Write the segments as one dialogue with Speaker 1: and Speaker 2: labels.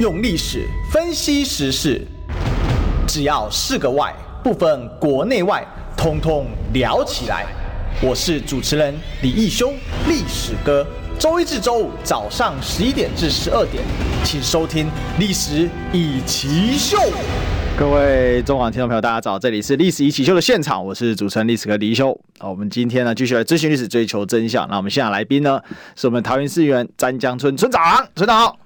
Speaker 1: 用历史分析时事，只要是个“外”，不分国内外，通通聊起来。我是主持人李义修，历史哥。周一至周五早上十一点至十二点，请收听《历史一奇 秀》。
Speaker 2: 各位中广听众朋友，大家好，这里是《历史一起秀》的现场，我是主持人历史哥李一修。好，我们今天呢继续来追寻历史，追求真相。那我们现场来宾呢是我们桃园市议员詹江村村长，村长好。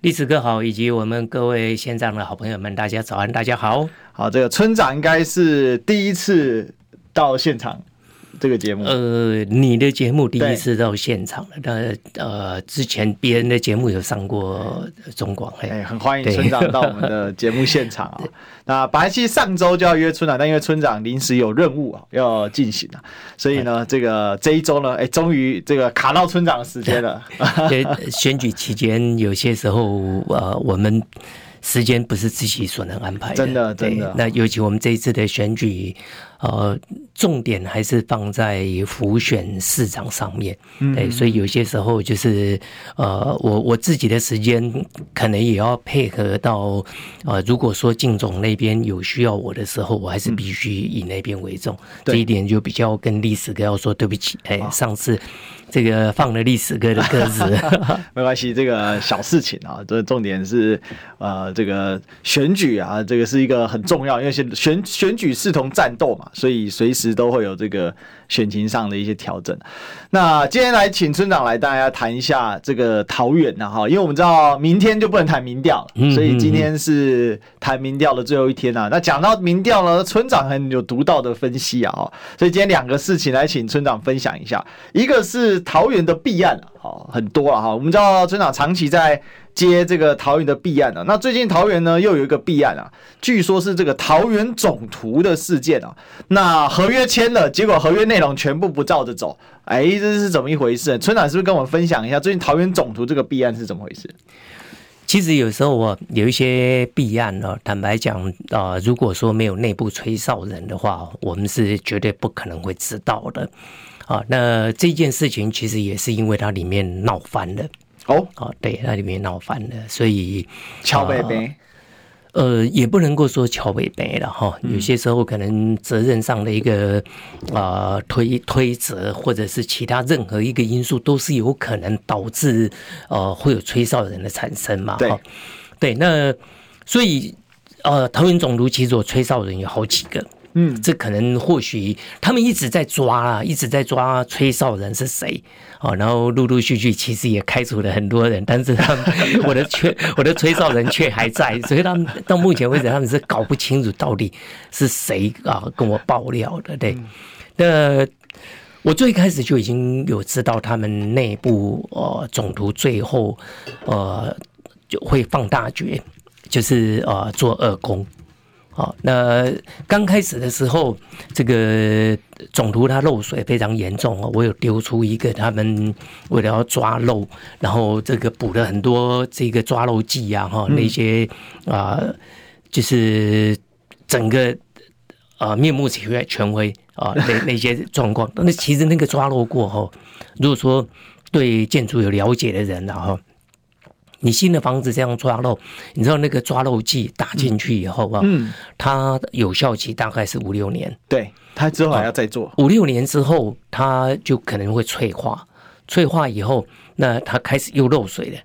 Speaker 3: 历史哥好，以及我们各位现场的好朋友们，大家早安，大家好。
Speaker 2: 好，这个村长应该是第一次到现场这个节目。
Speaker 3: 呃，你的节目第一次到现场了，那呃，之前别人的节目有上过中广，
Speaker 2: 哎、
Speaker 3: 哎，
Speaker 2: 很欢迎
Speaker 3: 对
Speaker 2: 村长到我们的节目现场啊、 那本来其实上周就要约村长，但因为村长临时有任务啊要进行啊，所以呢，这个这一周呢，哎、终于这个卡到村长的时间了。
Speaker 3: 这选举期间有些时候，呃，我们时间不是自己所能安排的，
Speaker 2: 真的
Speaker 3: 对
Speaker 2: 真的
Speaker 3: 那尤其我们这一次的选举，呃，重点还是放在浮选市长上面，
Speaker 2: 嗯
Speaker 3: 对，所以有些时候就是，呃，我我自己的时间可能也要配合到，呃，如果说靳总那边有需要我的时候，我还是必须以那边为重，
Speaker 2: 嗯对
Speaker 3: 这一点就比较跟历史哥要说对不起，哎，上次这个放了历史哥的鸽子。
Speaker 2: 没关系，这个小事情啊， 这重点是，呃，这个选举啊，这个是一个很重要，因为选选选举视同战斗嘛，所以随时都会有这个选情上的一些调整。那今天来请村长来，大家谈一下这个桃园啊，哈，因为我们知道明天就不能谈民调了，
Speaker 3: 嗯
Speaker 2: 所以今天是谈民调的最后一天啊。那讲到民调呢，村长很有独到的分析啊，哈所以今天两个事情来请村长分享一下，一个是桃园的弊案啊，好很多啊，哈，我们知道村长长期在接这个桃园的弊案啊，那最近桃园呢又有一个弊案啊，据说是这个桃园总图的事件啊，那合约签了，结果合约内容全部不照着走，哎，这是怎么一回事？村长是不是跟我们分享一下最近桃园总图这个弊案是怎么回事？
Speaker 3: 其实有时候我有一些弊案呢、坦白讲，呃，如果说没有内部吹哨人的话，我们是绝对不可能会知道的。啊，那这件事情其实也是因为它里面闹翻了，
Speaker 2: 哦，
Speaker 3: 啊，对，它里面闹翻了，所以
Speaker 2: 乔北北，
Speaker 3: 呃，也不能够说乔北北了哈，有些时候可能责任上的一个啊、呃推推责，或者是其他任何一个因素，都是有可能导致呃会有吹哨人的产生嘛。
Speaker 2: 对
Speaker 3: 哈对，那所以呃，桃园总督其实我吹哨人有好几个，
Speaker 2: 嗯，
Speaker 3: 这可能或许他们一直在抓啊，一直在抓吹哨人是谁哦，然后陆陆续续其实也开除了很多人，但是他们我的却我的吹哨人却还在，所以他们到目前为止他们是搞不清楚到底是谁啊跟我爆料的，对，那。我最开始就已经有知道他们内部呃总图最后呃就会放大决，就是呃做二宫。好、那刚开始的时候，这个总图它漏水非常严重哦，我有丢出一个他们为了要抓漏，然后这个补了很多这个抓漏剂啊，哈、那些啊、呃就是整个啊面目全全非啊、那那些状况。那其实那个抓漏过后，如果说对建筑有了解的人然、啊、后。你新的房子这样抓漏，你知道那个抓漏剂打进去以后啊，
Speaker 2: 嗯，
Speaker 3: 它有效期大概是五六年，
Speaker 2: 对他之后还要再做，
Speaker 3: 五六年之后它就可能会脆化，脆化以后，那它开始又漏水了。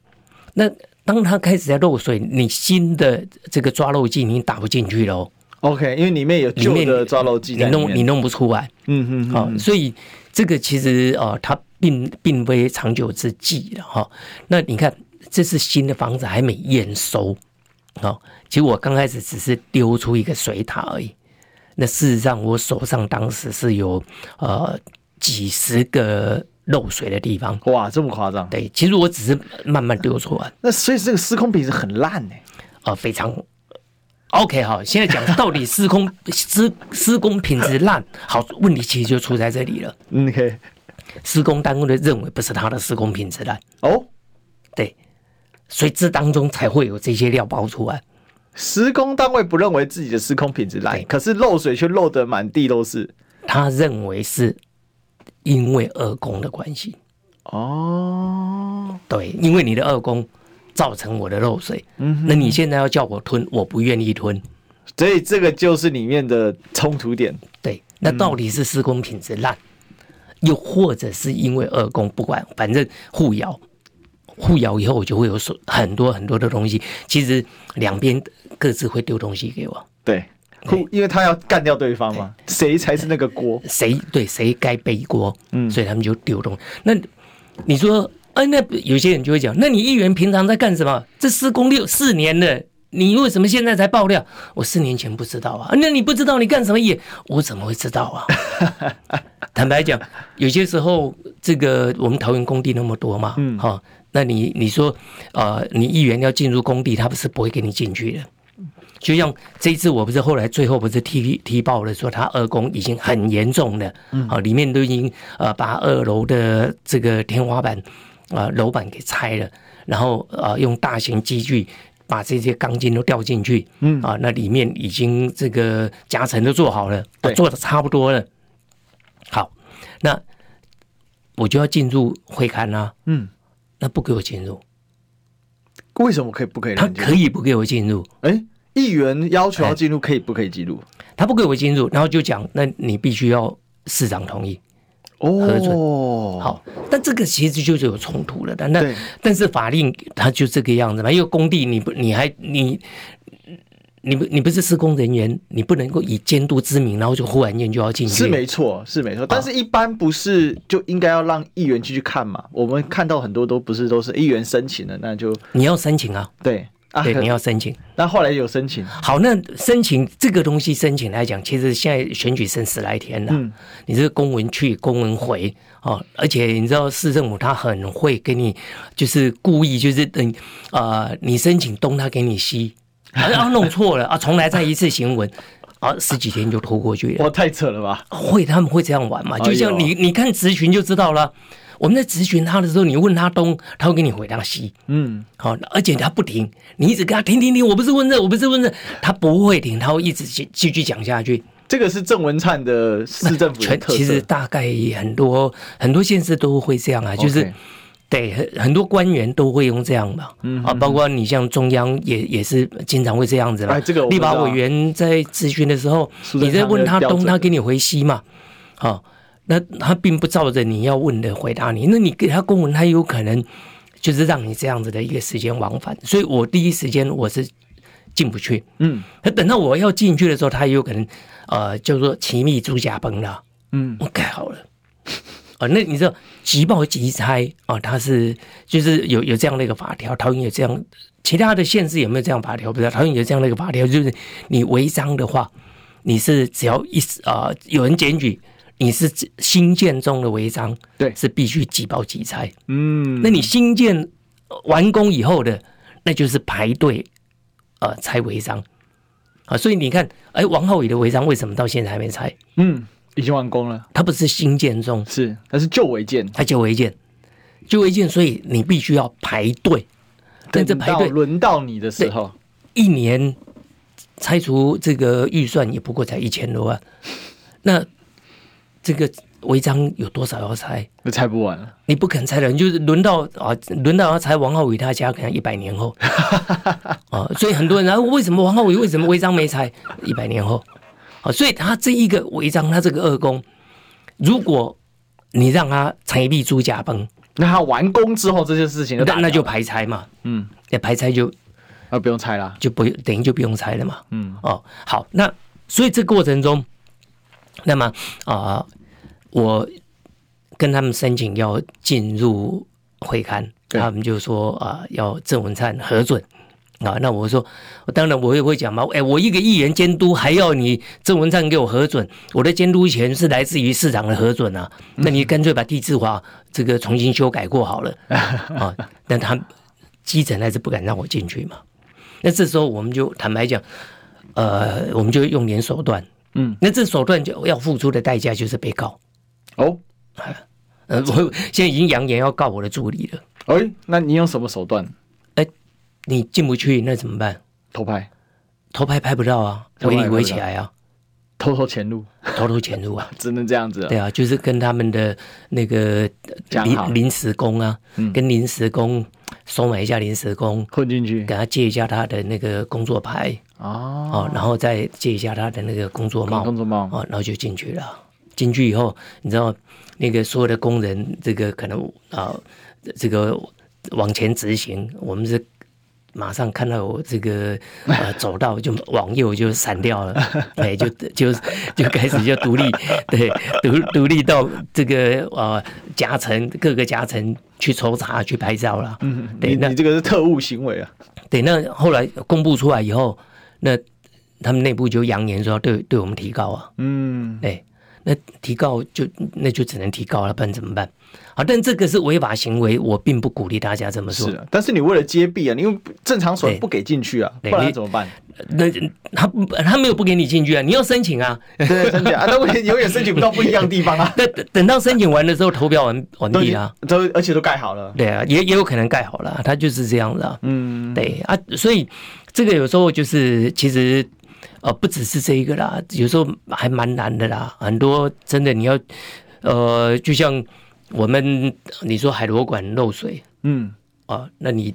Speaker 3: 那当它开始在漏水，你新的这个抓漏剂你打不进去喽，
Speaker 2: OK，因为里面有
Speaker 3: 里
Speaker 2: 旧
Speaker 3: 面
Speaker 2: 的抓漏剂
Speaker 3: 你
Speaker 2: 在里
Speaker 3: 弄你
Speaker 2: 面。
Speaker 3: 弄不出来。
Speaker 2: 嗯嗯，
Speaker 3: 啊、
Speaker 2: 好，
Speaker 3: 所以这个其实啊、呃它并并非长久之计了哈、那你看，这是新的房子还没验收，啊、其实我刚开始只是丢出一个水塔而已。那事实上，我手上当时是有呃几十个漏水的地方。
Speaker 2: 哇，这么夸张？
Speaker 3: 对，其实我只是慢慢丢出来，
Speaker 2: 那所以这个司空品质很烂呢。
Speaker 3: 呃，非常 OK 好。现在讲到底施工施施工品质烂，好，问题其实就出在这里了。
Speaker 2: 嗯，OK，
Speaker 3: 施工单位的认为不是他的施工品质烂，
Speaker 2: 哦，
Speaker 3: 对，所以这当中才会有这些料爆出来。
Speaker 2: 施工单位不认为自己的施工品质烂
Speaker 3: 对，
Speaker 2: 可是漏水却漏得满地都是。
Speaker 3: 他认为是因为二宫的关系，
Speaker 2: 哦，
Speaker 3: 对，因为你的二宫造成我的漏水。嗯，那你现在要叫我吞，我不愿意吞。
Speaker 2: 所以这个就是里面的冲突点。
Speaker 3: 对，那到底是施工品质烂，又或者是因为二工不管，反正互咬，互咬以后我就会有所很多很多的东西。其实两边各自会丢东西给我，
Speaker 2: 对，互因为他要干掉对方嘛，谁才是那个锅？
Speaker 3: 谁对谁该背锅，嗯，所以他们就丢东西。那你说，哎、那有些人就会讲，那你议员平常在干什么？这施工六四年了。你为什么现在才爆料？我四年前不知道啊。那你不知道你干什么也？我怎么会知道啊？ 坦白讲，有些时候这个我们桃园工地那么多嘛，嗯，哈、那你你说，呃，你议员要进入工地，他不是不会给你进去的。就像这一次，我不是后来最后不是踢踢爆了，说他二工已经很严重了，
Speaker 2: 嗯
Speaker 3: 啊，里面都已经呃把二楼的这个天花板啊、呃楼板给拆了，然后呃用大型机具把这些钢筋都吊进去，嗯啊，那里面已经这个夹层都做好了，
Speaker 2: 对
Speaker 3: 做的差不多了。好，那我就要进入会刊啦、
Speaker 2: 嗯，
Speaker 3: 那不给我进入，
Speaker 2: 为什么可以不可以
Speaker 3: 他
Speaker 2: 让你进入？
Speaker 3: 可以不给我进入，
Speaker 2: 哎，议员要求要进入，可以不可以进入？
Speaker 3: 他不给我进入，然后就讲，那你必须要市长同意。核准
Speaker 2: 哦，，
Speaker 3: 好，但这个其实就是有冲突了的。那
Speaker 2: 对
Speaker 3: 但是法令它就这个样子嘛，因为工地你不你还你。你不你不是施工人员，你不能够以监督之名，然后就忽然间就要进去。
Speaker 2: 是没错，是没错。但是一般不是就应该要让议员进去看嘛？我们看到很多都不是都是议员申请的，那就
Speaker 3: 你要申请啊，
Speaker 2: 对啊，
Speaker 3: 对，
Speaker 2: 可
Speaker 3: 你要申请。
Speaker 2: 那后来有申请，
Speaker 3: 好，那申请这个东西，申请来讲，其实现在选举剩十来天了，
Speaker 2: 嗯
Speaker 3: 你这个公文去，公文回哦，而且你知道市政府他很会给你，就是故意就是等呃，你申请东，他给你 西，啊，啊弄错了啊，重来再一次行文。啊，十几天就拖过去了。
Speaker 2: 哇，太扯了吧？
Speaker 3: 会，他们会这样玩嘛？
Speaker 2: 哎呦
Speaker 3: 就像你，你看咨询就知道了。我们在咨询他的时候，你问他东，他会给你回答西。
Speaker 2: 嗯，
Speaker 3: 好，而且他不停，你一直跟他停停停，我不是问这，我不是问这，他不会停，他会一直继继续讲下去。
Speaker 2: 这个是郑文灿的市政府的
Speaker 3: 全
Speaker 2: 特色，
Speaker 3: 其实大概很多很多县市都会这样啊，就是
Speaker 2: OK
Speaker 3: 对很很多官员都会用这样嘛，
Speaker 2: 嗯
Speaker 3: 啊，包括你像中央也也是经常会这样子嘛。
Speaker 2: 哎这个我
Speaker 3: 立法
Speaker 2: 知道
Speaker 3: 委员在咨询的时候，
Speaker 2: 苏贞
Speaker 3: 你在
Speaker 2: 昌
Speaker 3: 问
Speaker 2: 的
Speaker 3: 他
Speaker 2: 标
Speaker 3: 东，
Speaker 2: 准
Speaker 3: 他给你回西嘛，好、那他并不照着你要问的回答你，那你给他公文，他有可能就是让你这样子的一个时间往返，所以我第一时间我是进不去，
Speaker 2: 嗯
Speaker 3: 那等到我要进去的时候，他也有可能呃叫做奇密朱家崩了。
Speaker 2: 嗯，
Speaker 3: 我改好了。啊、那你知道急报急拆啊、它是就是有有这样的一个法条，桃园有这样，其他的县市有没有这样法条？不知道，桃园有这样的一个法条，就是你违章的话，你是只要一啊、有人检举，你是新建中的违章，
Speaker 2: 对
Speaker 3: 是必须急报急拆。
Speaker 2: 嗯，
Speaker 3: 那你新建完工以后的，那就是排队呃拆违章啊，所以你看，哎，王浩宇的违章为什么到现在还没拆？
Speaker 2: 嗯已经完工了，
Speaker 3: 他不是新建中，
Speaker 2: 是，但是旧违建，
Speaker 3: 他就违建，就违建，所以你必须要排队。但这
Speaker 2: 等
Speaker 3: 排
Speaker 2: 到
Speaker 3: 队
Speaker 2: 轮到你的时候，
Speaker 3: 一年拆除这个预算也不过才一千多万，那这个违章有多少要拆？
Speaker 2: 那拆不完了。
Speaker 3: 你不肯拆的，你就是轮到啊，轮到要拆王浩宇他家，可能一百年后啊，所以很多人然后为什么王浩宇为什么违章没拆？一百年后啊，所以他这一个违章，他这个二公，如果你让他拆壁猪甲崩，
Speaker 2: 那他完工之后这件事情就
Speaker 3: 那
Speaker 2: 大条，
Speaker 3: 那就排拆嘛，
Speaker 2: 嗯，
Speaker 3: 那排拆就
Speaker 2: 那不用拆啦。
Speaker 3: 就不等于就不用拆了嘛。
Speaker 2: 嗯，
Speaker 3: 哦，好，那所以这过程中，那么啊、我跟他们申请要进入会刊，
Speaker 2: 对
Speaker 3: 他们就说啊、要郑文灿核准。啊，那我说，当然我也会讲嘛，哎，我一个议员监督，还要你郑文灿给我核准，我的监督权是来自于市长的核准啊，
Speaker 2: 嗯
Speaker 3: 那你干脆把地质法这个重新修改过好 了啊，但他基层还是不敢让我进去嘛，那这时候我们就坦白讲，呃，我们就用点手段，
Speaker 2: 嗯，
Speaker 3: 那这手段就要付出的代价就是被告，
Speaker 2: 哦，
Speaker 3: 呃，我现在已经扬言要告我的助理了，
Speaker 2: 哎、那你用什么手段
Speaker 3: 你进不去那怎么办？
Speaker 2: 偷拍？
Speaker 3: 偷拍拍不到啊，
Speaker 2: 偷拍
Speaker 3: 围
Speaker 2: 拍
Speaker 3: 你
Speaker 2: 不到
Speaker 3: 围起来啊，
Speaker 2: 偷偷潜入，
Speaker 3: 偷偷潜入 啊，
Speaker 2: 只能这样子了。
Speaker 3: 对啊，就是跟他们的那个呃
Speaker 2: 讲好嗯
Speaker 3: 临临时工啊，跟临时工收买一下临时工，
Speaker 2: 混进去
Speaker 3: 给他借一下他的那个工作牌
Speaker 2: 啊，
Speaker 3: 哦，然后再借一下他的那个工作帽
Speaker 2: 工作帽
Speaker 3: 哦，然后就进去了。进去以后，你知道那个所有的工人，这个可能啊、这个往前执行，我们是。马上看到我这个 呃走道就往右就闪掉 了，哎，就就就开始就独立， 对，独独立到这个呃夹层各个夹层去抽查去拍照了。嗯对，
Speaker 2: 你
Speaker 3: 那
Speaker 2: 你这个是特务行为啊，
Speaker 3: 对，那后来公布出来以后，那他们内部就扬言说要对对我们提告啊，
Speaker 2: 嗯，
Speaker 3: 对，那提告就那就只能提告了，不然怎么办？好，但这个是违法行为，我并不鼓励大家这么做
Speaker 2: 是。啊，但是你为了接臂啊，你用正常手
Speaker 3: 对
Speaker 2: 不给进去啊，不
Speaker 3: 对
Speaker 2: 然
Speaker 3: 你
Speaker 2: 怎么办？
Speaker 3: 那他不他没有不给你进去啊，你要申请啊。
Speaker 2: 对，申请啊，那我也永远申请不到不一样的地方啊，
Speaker 3: 那等等到申请完的时候，投标完完
Speaker 2: 都已
Speaker 3: 毕
Speaker 2: 经
Speaker 3: 啦、啊。
Speaker 2: 都而且都盖好了，
Speaker 3: 对啊，也也有可能盖好了啊，他就是这样子啊。
Speaker 2: 嗯，
Speaker 3: 对啊，所以这个有时候就是其实呃不只是这一个啦，有时候还蛮难的啦，很多真的你要呃就像我们你说海螺馆漏水
Speaker 2: 嗯，
Speaker 3: 啊、那你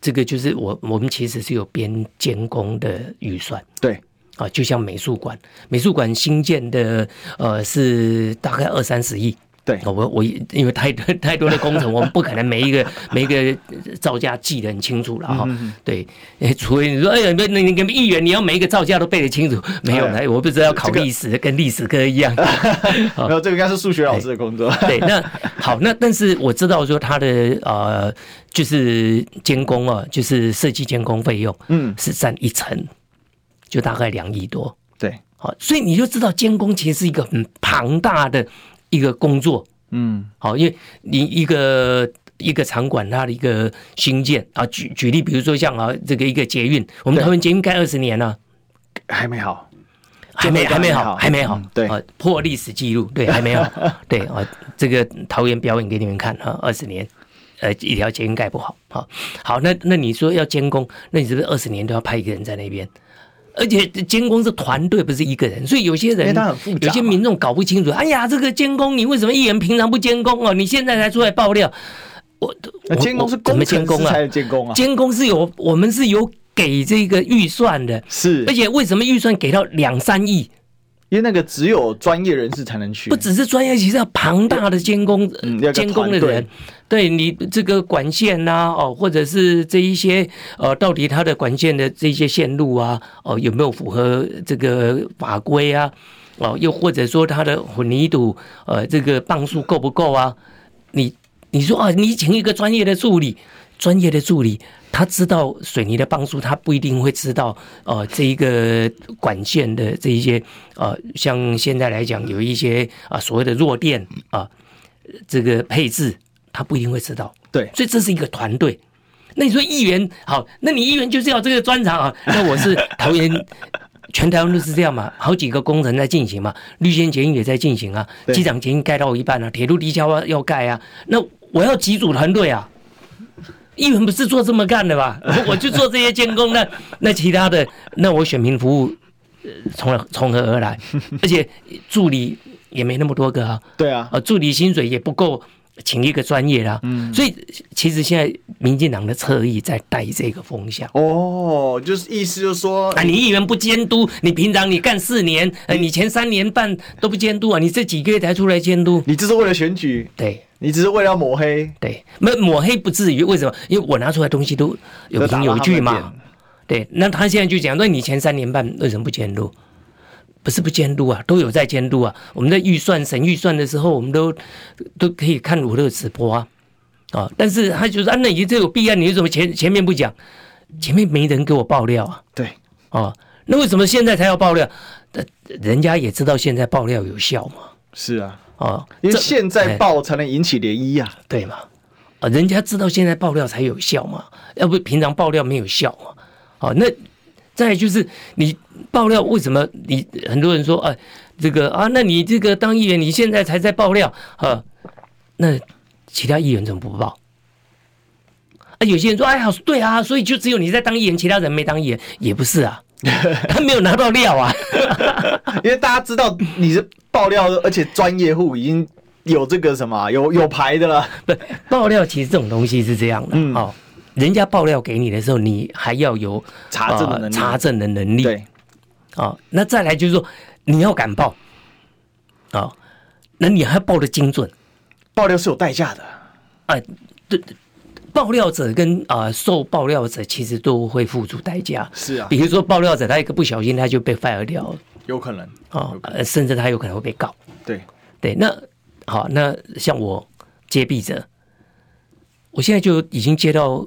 Speaker 3: 这个就是我我们其实是有编监工的预算。
Speaker 2: 对，
Speaker 3: 啊，就像美术馆，美术馆新建的呃是大概二三十亿。
Speaker 2: 对
Speaker 3: 哦我我因为太多太多的工程，我们不可能每一个每一个造价记得很清楚了哈。
Speaker 2: 嗯
Speaker 3: 对，诶除非你说哎呀，那那你跟议员你要每一个造价都背得清楚，没有
Speaker 2: 哎
Speaker 3: 哎，我不知道要考
Speaker 2: 这个
Speaker 3: 历史，跟历史课一 样。
Speaker 2: 没有，这个应该是数学老师的工作，
Speaker 3: 对，那好，那但是我知道说他的呃，就是监工啊，就是设计监工费用
Speaker 2: 嗯，
Speaker 3: 是占一成，就大概两亿多。
Speaker 2: 对，
Speaker 3: 好，所以你就知道监工其实是一个很庞大的一个工作。
Speaker 2: 嗯，
Speaker 3: 好，因为你一个一个场馆它的一个新建啊，举举例，比如说像啊这个一个捷运，我们
Speaker 2: 对
Speaker 3: 台湾捷运盖二十年啊了、
Speaker 2: 还没好，
Speaker 3: 还没
Speaker 2: 这个
Speaker 3: 还
Speaker 2: 还
Speaker 3: 没
Speaker 2: 没好
Speaker 3: 好，还没好
Speaker 2: 嗯，对
Speaker 3: 啊，破历史记录，对，还没 好，对啊，这个桃园表演给你们看啊，二十年，呃，一条捷运盖不好，好、好，那那你说要监工，那你是不是二十年都要派一个人在那边？而且监工是团队，不是一个人，所以有些
Speaker 2: 因为
Speaker 3: 人
Speaker 2: 它很复杂嘛
Speaker 3: 有些民众搞不清楚。哎呀，这个监工，你为什么议员平常不监工哦？你现在才出来爆料，我
Speaker 2: 那
Speaker 3: 我
Speaker 2: 监工是
Speaker 3: 我怎
Speaker 2: 工
Speaker 3: 么
Speaker 2: 程
Speaker 3: 监
Speaker 2: 师
Speaker 3: 工啊
Speaker 2: 才？有监工啊，
Speaker 3: 监工是有我们是有给这个预算的，
Speaker 2: 是
Speaker 3: 而，且为什么预算给到两三亿？
Speaker 2: 因为那个只有专业人士才能去，
Speaker 3: 不只是专业，其实要庞大的监工
Speaker 2: 嗯要有个
Speaker 3: 呃监工的
Speaker 2: 团队
Speaker 3: 人，对你这个管线呐、哦，或者是这一些呃，到底它的管线的这些线路啊，哦，有没有符合这个法规啊？哦，又或者说它的混凝土呃，这个磅数够不够啊？你你说啊，你请一个专业的助理，专业的助理他知道水泥的磅数，他不一定会知道呃这一个管线的这一些呃，像现在来讲有一些啊、所谓的弱电啊、这个配置，他不一定会知道，
Speaker 2: 对，
Speaker 3: 所以这是一个团队。那你说议员好，那你议员就是要这个专长啊？那我是桃园，全台湾都是这样嘛，好几个工程在进行嘛，绿线捷运也在进行啊，
Speaker 2: 对
Speaker 3: 机场捷运盖到一半了、啊，铁路地下化要盖啊，那我要几组团队啊？议员不是做这么干的吧？ 我就做这些监工，那那其他的，那我选民服务呃从何从何而来？而且助理也没那么多个啊，
Speaker 2: 对啊，
Speaker 3: 呃，助理薪水也不够请一个专业啦。嗯，所以其实现在民进党的侧翼在带这个风向。
Speaker 2: 哦，就是意思就是说
Speaker 3: 啊！，你议员不监督，你平常你干四年，呃，你前三年半都不监督啊，你这几个月才出来监督。
Speaker 2: 你这是为了选举，
Speaker 3: 对
Speaker 2: 你只是为了要抹黑，
Speaker 3: 对，没抹黑不至于，为什么？因为我拿出来东西都有
Speaker 2: 就打
Speaker 3: 凭
Speaker 2: 到
Speaker 3: 有
Speaker 2: 他
Speaker 3: 据
Speaker 2: 们的
Speaker 3: 嘛。对，那他现在就讲，那你前三年半为什么不监督？不是不监督啊，都有在监督啊。我们在预算审预算的时候，我们都都可以看我的直播啊。啊，但是他就说，啊，那你这有弊案，你为什么前前面不讲？前面没人给我爆料啊。
Speaker 2: 对，
Speaker 3: 哦，那为什么现在才要爆料？呃人家也知道现在爆料有效嘛。
Speaker 2: 是啊，
Speaker 3: 哦，
Speaker 2: 因为
Speaker 3: 这
Speaker 2: 现在爆才能引起涟漪啊，
Speaker 3: 对嘛？啊，人家知道现在爆料才有效嘛，要不平常爆料没有效嘛。好、那再来就是你爆料为什么你很多人说啊，这个啊，那你这个当议员你现在才在爆料啊，那其他议员怎么不报？啊，有些人说，哎呀，对啊，所以就只有你在当议员，其他人没当议员，也不是啊，他没有拿到料啊。
Speaker 2: 哎 因为大家知道你是爆料，而且专业户已经有这个什么啊有有牌的了，
Speaker 3: 不，爆料其实这种东西是这样的，
Speaker 2: 嗯
Speaker 3: 哦，人家爆料给你的时候，你还要有
Speaker 2: 查证的
Speaker 3: 呃
Speaker 2: 能力
Speaker 3: 查证的能力，
Speaker 2: 对，
Speaker 3: 哦，那再来就是说你要敢报，哦，那你还报的精准，
Speaker 2: 爆料是有代价的，
Speaker 3: 啊，对，爆料者跟啊、呃受爆料者其实都会付出代价。
Speaker 2: 是啊
Speaker 3: 比如说爆料者他一个不小心他就被 fire 掉了
Speaker 2: 有可能，
Speaker 3: 啊、呃甚至他有可能会被告。
Speaker 2: 对，
Speaker 3: 对，那好，那像我接弊者，我现在就已经接到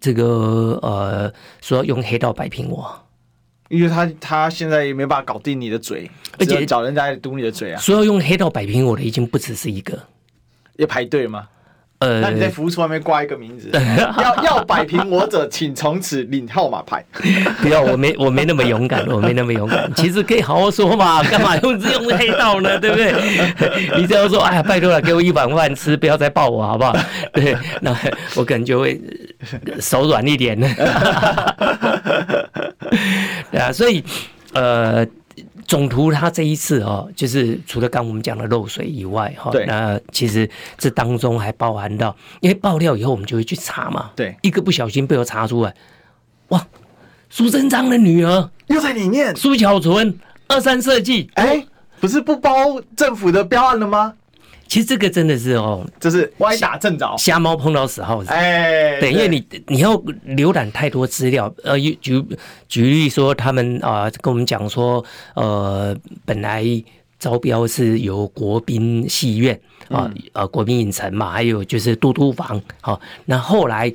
Speaker 3: 这个呃说要用黑道摆平我，
Speaker 2: 因为他他现在也没办法搞定你的嘴，
Speaker 3: 而且
Speaker 2: 只能找人家来堵你的嘴啊，
Speaker 3: 说要用黑道摆平我的已经不只是一个。
Speaker 2: 要排队吗？
Speaker 3: 呃，
Speaker 2: 那你在服务处外面挂一个名 字，要要摆平我者，请从此领号码牌。
Speaker 3: 不要，我没我没那么勇敢，我没那么勇敢。其实可以好好说嘛，干嘛用用黑道呢？ 对不对？你只要说，哎呀，拜托了，给我一碗饭吃，不要再抱我，好不 好？对，那我可能就会呃手软一点。 对啊，所以呃，总图他这一次哦，就是除了刚我们讲的漏水以外哈、
Speaker 2: 对
Speaker 3: 那呃其实这当中还包含到，因为爆料以后我们就会去查嘛，
Speaker 2: 对
Speaker 3: 一个不小心被我查出来，哇，苏贞昌的女儿
Speaker 2: 又在里面，
Speaker 3: 苏巧纯二三设计，
Speaker 2: 哎，不是不包政府的标案了吗？
Speaker 3: 其实这个真的是哦，
Speaker 2: 这是歪打正着，
Speaker 3: 瞎猫碰到死耗子。
Speaker 2: 哎，
Speaker 3: 对，因为你你要浏览太多资料，呃，举举举例说，他们啊、跟我们讲说，呃，本来招标是由国宾戏院啊、呃，国宾影城嘛，还有就是嘟嘟房，好、那后来。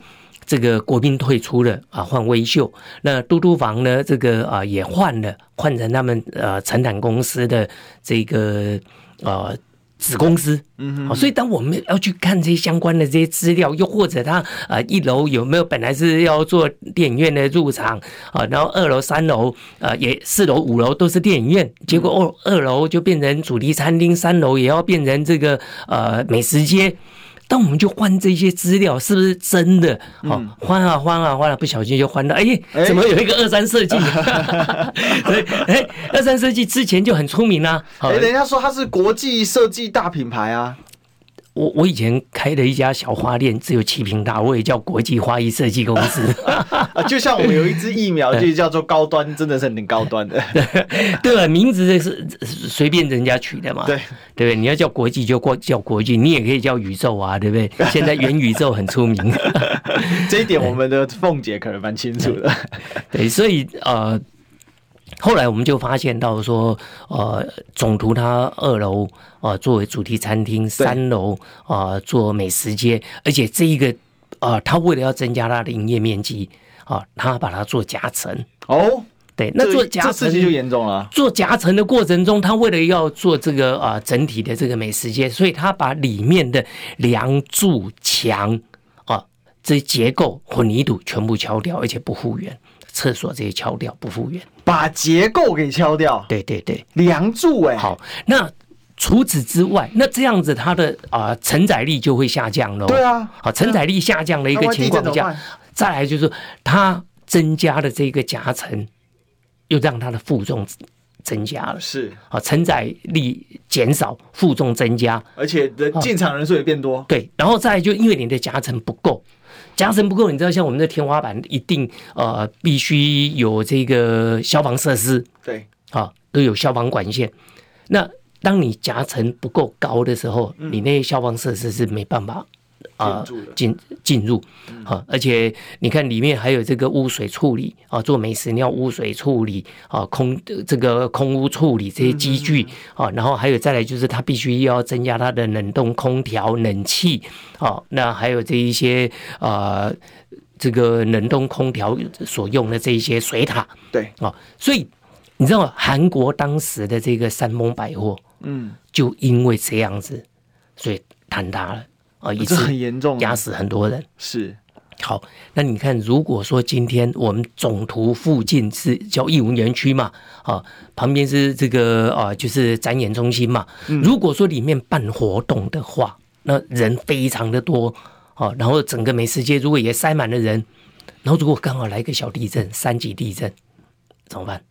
Speaker 3: 这个国宾退出了啊，换微秀。那嘟嘟房呢？这个啊、也换了，换成他们呃承揽公司的这个呃子公司。嗯好，所以当我们要去看这些相关的这些资料，又或者它呃一楼有没有本来是要做电影院的入场啊、然后二楼、三楼呃也四楼、五楼都是电影院，结果哦二楼就变成主题餐厅，三楼也要变成这个呃美食街。但我们就换这些资料，是不是真的？好、换啊换啊换啊，不小心就换到，哎、
Speaker 2: 哎
Speaker 3: 怎么有一个二三设 计？所以，哎、二三设计之前就很出名啦、好
Speaker 2: 哎，人家说他是国际设计大品牌啊，
Speaker 3: 我我以前开了一家小花店，只有七平大，我也叫国际花艺设计公司，
Speaker 2: 啊，就像我们有一支疫 苗，就叫做高端，真的是很高端的。
Speaker 3: 对吧？名字是随便人家取的嘛，
Speaker 2: 对
Speaker 3: 对不对？你要叫国际就国叫国际，你也可以叫宇宙啊，对不对？现在元宇宙很出名，
Speaker 2: 这一点我们的凤姐可能蛮清楚的。
Speaker 3: 对，所以呃，后来我们就发现到说，呃，总图它二楼呃作为主题餐厅，三楼呃做美食街，而且这一个呃，它为了要增加它的营业面积啊、它把它做夹层。
Speaker 2: 哦，
Speaker 3: 对，那做
Speaker 2: 这
Speaker 3: 夹
Speaker 2: 这
Speaker 3: 层
Speaker 2: 事情就严重了。
Speaker 3: 做夹层的过程中，他为了要做这个啊、呃整体的这个美食街，所以他把里面的梁柱墙啊、这些结构混凝土全部敲掉，而且不复原。厕所这些敲掉不复原。
Speaker 2: 把结构给敲掉，
Speaker 3: 对对对，
Speaker 2: 梁柱哎、
Speaker 3: 好，那。除此之外，那这样子它的啊、呃承载力就会下降喽。
Speaker 2: 对啊
Speaker 3: 好，承载力下降的一
Speaker 2: 那
Speaker 3: 个
Speaker 2: 万一
Speaker 3: 情况
Speaker 2: 地震怎么
Speaker 3: 下
Speaker 2: 办，
Speaker 3: 再来就是它增加的这个夹层，又让它的负重增加了。
Speaker 2: 是，
Speaker 3: 啊，承载力减少，负重增加，
Speaker 2: 而且人进场人数也变多，
Speaker 3: 对，然后再来就因为你的夹层不够，夹层不够，你知道像我们的天花板一定呃必须有这个消防设施
Speaker 2: 对，
Speaker 3: 啊，都有消防管线。那当你夹层不够高的时候，你那些消防设施是没办法啊
Speaker 2: 嗯进入的嗯
Speaker 3: 进进入啊，而且你看里面还有这个污水处理啊，做美食尿污水处理啊，空这个空污处理
Speaker 2: 嗯
Speaker 3: 这些机具啊，然后还有再来就是它必须要增加它的冷冻空调、冷气啊，那还有这一些呃这个冷冻空调所用的这一些水塔
Speaker 2: 对，
Speaker 3: 啊，所以你知道吗韩国当时的这个山盟百货
Speaker 2: 嗯，
Speaker 3: 就因为这样子，所以坍塌了啊，一
Speaker 2: 这
Speaker 3: 次
Speaker 2: 很严重啊，
Speaker 3: 压死很多人。
Speaker 2: 是，
Speaker 3: 好，那你看，如果说今天我们总图附近是叫艺文园区嘛，啊，旁边是这个啊，就是展演中心嘛。
Speaker 2: 嗯
Speaker 3: 如果说里面办活动的话，那人非常的多啊，然后整个美食街如果也塞满了人，然后如果刚好来一个小地震，三级地震怎么办？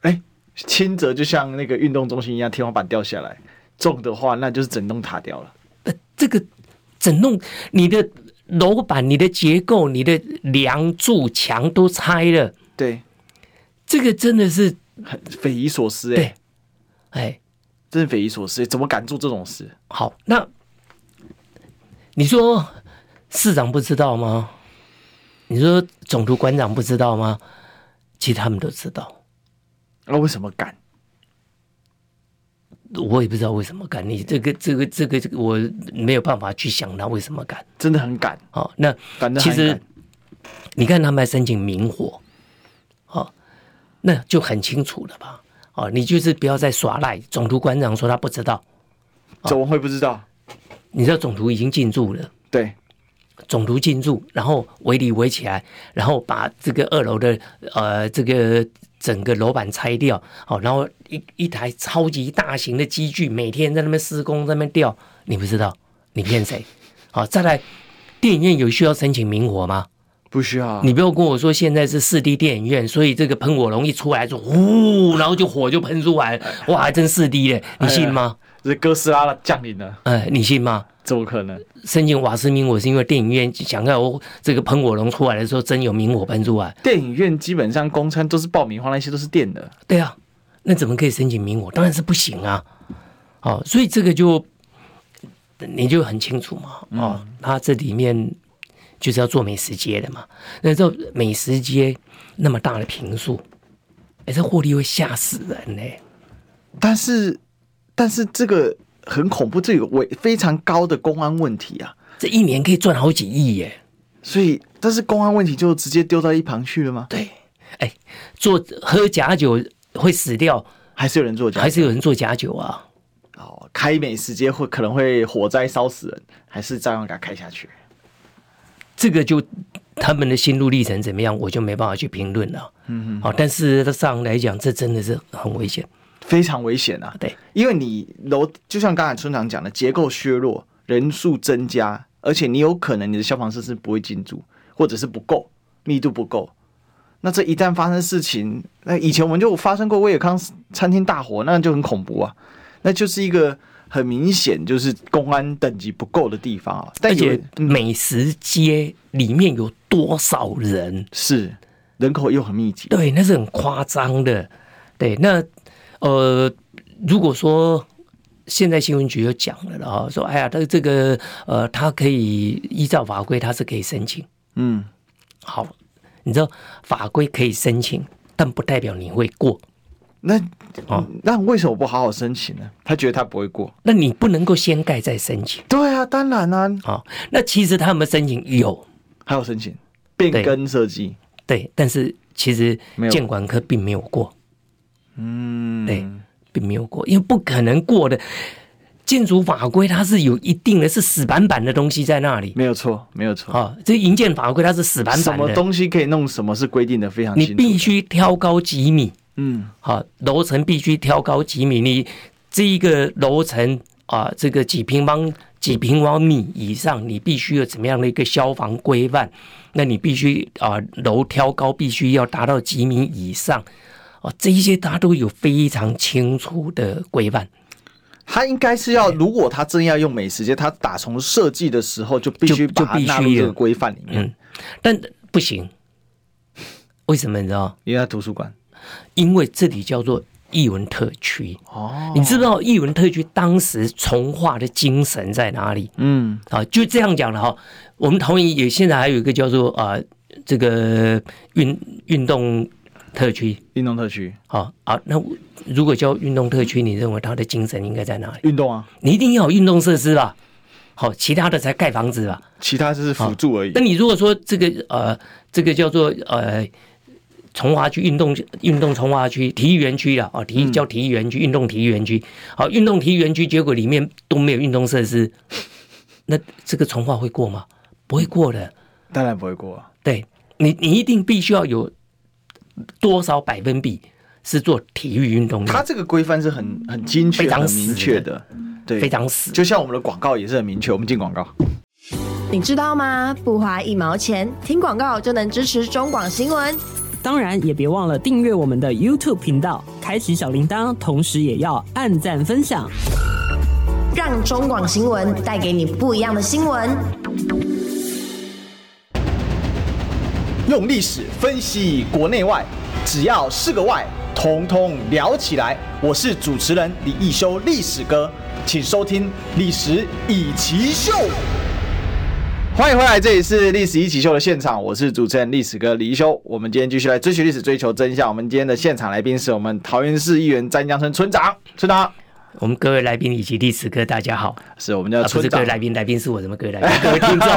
Speaker 2: 哎、轻则就像那个运动中心一样，天花板掉下来；重的话，那就是整栋塔掉了。
Speaker 3: 呃这个整弄你的楼板、你的结构、你的梁柱墙都拆了，
Speaker 2: 对，
Speaker 3: 这个真的是
Speaker 2: 很匪夷所思哎、
Speaker 3: 对，哎，
Speaker 2: 真是匪夷所思、哎怎么敢做这种事？
Speaker 3: 好，那你说市长不知道吗？你说总督馆长不知道吗？其实他们都知道，
Speaker 2: 那、啊为什么敢？
Speaker 3: 我也不知道为什么敢。你这个、这个、这个，我没有办法去想他为什么敢。
Speaker 2: 真的很敢，
Speaker 3: 好、那
Speaker 2: 反正
Speaker 3: 其
Speaker 2: 很
Speaker 3: 实
Speaker 2: 敢
Speaker 3: 你看他们还申请明火，哦，那就很清楚了吧？哦，你就是不要再耍赖。总督馆长说他不知道，
Speaker 2: 怎么会不知道？
Speaker 3: 你知道总督已经进驻了。
Speaker 2: 对，
Speaker 3: 总督进驻，然后围里围起来，然后把这个二楼的呃这个整个楼板拆掉，好、然后一一台超级大型的机具每天在那边施工，在那边吊，你不知道，你骗谁？好、再来，电影院有需要申请明火吗？
Speaker 2: 不需要啊，
Speaker 3: 你不要跟我说现在是四 D 电影院，所以这个喷火龙一出来就呼，然后就火就喷出来了，哇，还真四 D 嘞，你信吗？
Speaker 2: 这哥斯拉降临了，
Speaker 3: 哎，你信吗？
Speaker 2: 怎么可能？
Speaker 3: 申请瓦斯明火是因为电影院想要我这个喷火龙出来的时候，真有明火喷出来。
Speaker 2: 电影院基本上公餐都是爆米花，那些都是电的，
Speaker 3: 对啊，那怎么可以申请明火？当然是不行啊。哦，所以这个就你就很清楚嘛。哦，它这里面就是要做美食街的嘛。那这美食街那么大的平数，哎，这获利会吓死人嘞、
Speaker 2: 但是但是这个很恐怖，这有违非常高的公安问题啊，
Speaker 3: 这一年可以赚好几亿耶、
Speaker 2: 所以但是公安问题就直接丢到一旁去了吗？
Speaker 3: 对，哎，做喝假酒会死掉，
Speaker 2: 还是有人作假？
Speaker 3: 还是有人做假酒啊？
Speaker 2: 哦，开美食街会可能会火灾烧死人，还是照样给它开下去？
Speaker 3: 这个就他们的心路历程怎么样，我就没办法去评论了。嗯，好，但事实上来讲，这真的是很危险。
Speaker 2: 非常危险啊！
Speaker 3: 对，
Speaker 2: 因为你楼就像刚才村长讲的，结构削弱，人数增加，而且你有可能你的消防设施不会进驻，或者是不够，密度不够。那这一旦发生事情，那以前我们就发生过威尔康餐厅大火，那就很恐怖啊！那就是一个很明显就是公安等级不够的地方啊。但
Speaker 3: 而
Speaker 2: 有
Speaker 3: 且美食街里面有多少人？
Speaker 2: 是人口又很密集，
Speaker 3: 对，那是很夸张的。对，那呃，如果说现在新闻局有讲了啊，说哎呀，他这个呃，他可以依照法规，他是可以申请。
Speaker 2: 嗯，
Speaker 3: 好，你知道法规可以申请，但不代表你会过。
Speaker 2: 那、
Speaker 3: 哦
Speaker 2: 那为什么不好好申请呢？他觉得他不会过。
Speaker 3: 那你不能够先盖再申请。
Speaker 2: 对啊，当然啊，
Speaker 3: 好、那其实他们申请有
Speaker 2: 还有申请变
Speaker 3: 对
Speaker 2: 更设计，
Speaker 3: 对，但是其实
Speaker 2: 没有
Speaker 3: 监管科并没有过，
Speaker 2: 嗯，
Speaker 3: 对，并没有过，因为不可能过的。建筑法规它是有一定的，是死板板的东西在那里
Speaker 2: 没有错，没有错。
Speaker 3: 啊、这营建法规它是死板
Speaker 2: 什
Speaker 3: 板
Speaker 2: 么
Speaker 3: 的，
Speaker 2: 东西可以弄，什么是规定的非常
Speaker 3: 你
Speaker 2: 清楚。
Speaker 3: 必，须挑高几米，
Speaker 2: 嗯，
Speaker 3: 啊，楼层必须挑高几米，你这一个楼层啊，这个几平方几平方米以上，你必须有怎么样的一个消防规范？那你必须啊，楼挑高必须要达到几米以上。哦，这一些它都有非常清楚的规范，
Speaker 2: 他应该是要，如果他真要用美食街，他打从设计的时候就必须
Speaker 3: 就就
Speaker 2: 把它
Speaker 3: 必须
Speaker 2: 纳入这
Speaker 3: 有
Speaker 2: 个规范里面。
Speaker 3: 嗯但不行，为什么你知道？
Speaker 2: 因为他图书馆
Speaker 3: 因为这里叫做艺文特区，
Speaker 2: 哦，
Speaker 3: 你知不知道艺文特区当时从化的精神在哪里？
Speaker 2: 嗯，
Speaker 3: 啊，就这样讲了哈。我们桃园也现在还有一个叫做啊、呃这个运运动特区，
Speaker 2: 运动特区
Speaker 3: 啊啊，那我如果叫运动特区，你认为它的精神应该在哪里？
Speaker 2: 运动啊，
Speaker 3: 你一定要有运动设施吧，好，其他的才盖房子吧。
Speaker 2: 其他就是辅助而已
Speaker 3: 那。你如果说这个呃，这个叫做呃。从化区运动运动从化区体育园区了啊，
Speaker 2: 嗯
Speaker 3: 体育叫体育园区，运动体育园区，好，运动体育园区，结果里面都没有运动设施，那这个从化会过吗？不会过的，
Speaker 2: 当然不会过啊，
Speaker 3: 对你，你一定必须要有多少百分比是做体育运动
Speaker 2: 他
Speaker 3: 的，
Speaker 2: 这个规范是很很精确、
Speaker 3: 非常
Speaker 2: 很
Speaker 3: 死
Speaker 2: 明确的，对，
Speaker 3: 非常死。
Speaker 2: 就像我们的广告也是很明确，我们进广告。
Speaker 4: 你知道吗？不花一毛钱，听广告就能支持中广新闻。
Speaker 5: 当然也别忘了订阅我们的 YouTube 频道，开启小铃铛，同时也要按赞分享。
Speaker 4: 让中广新闻带给你不一样的新闻。
Speaker 1: 用历史分析国内外，只要是个“外”，统统聊起来。我是主持人李一修，历史哥，请收听《历史以奇秀》。
Speaker 2: 欢迎回来，这里是《历史一起秀》的现场，我是主持人历史哥李一修。我们今天继续来追寻历史，追求真相。我们今天的现场来宾是我们桃园市议员詹江村村长，村长
Speaker 3: 我们各位来宾以及历史哥，大家好。
Speaker 2: 是我们的
Speaker 3: 啊，啊不
Speaker 2: 村
Speaker 3: 是各
Speaker 2: 长
Speaker 3: 位。来宾，来宾是我，怎么各位来宾？各位听众，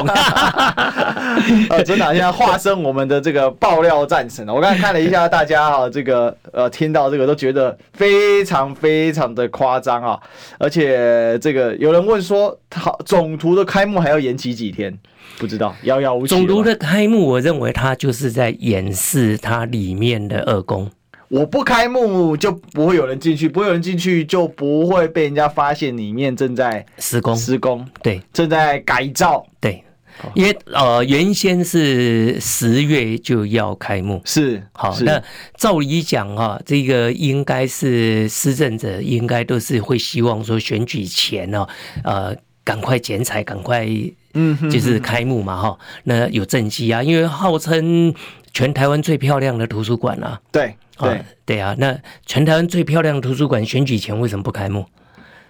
Speaker 2: 呃，村长现在化身我们的这个爆料战神了。我刚才看了一下大家哈、这个呃，听到这个都觉得非常非常的夸张啊！而且这个有人问说，好总图的开幕还要延期几天？不知道，遥遥无期。
Speaker 3: 总督，的开幕，我认为它就是在掩饰它里面的二宫。
Speaker 2: 我不开幕就不会有人进去，不会有人进去就不会被人家发现里面正在
Speaker 3: 施工，
Speaker 2: 施工，
Speaker 3: 对
Speaker 2: 正在改造。
Speaker 3: 对，
Speaker 2: 哦
Speaker 3: 因为呃，原先是十月就要开幕。
Speaker 2: 是，
Speaker 3: 好，
Speaker 2: 是
Speaker 3: 那照理讲哈、这个应该是施政者应该都是会希望说选举前呢、呃，赶快剪彩，赶快
Speaker 2: 嗯哼
Speaker 3: 就是开幕嘛哈、那有政绩啊，因为号称全台湾最漂亮的图书馆啊，
Speaker 2: 对对
Speaker 3: 啊，对啊，那全台湾最漂亮的图书馆选举前为什么不开幕？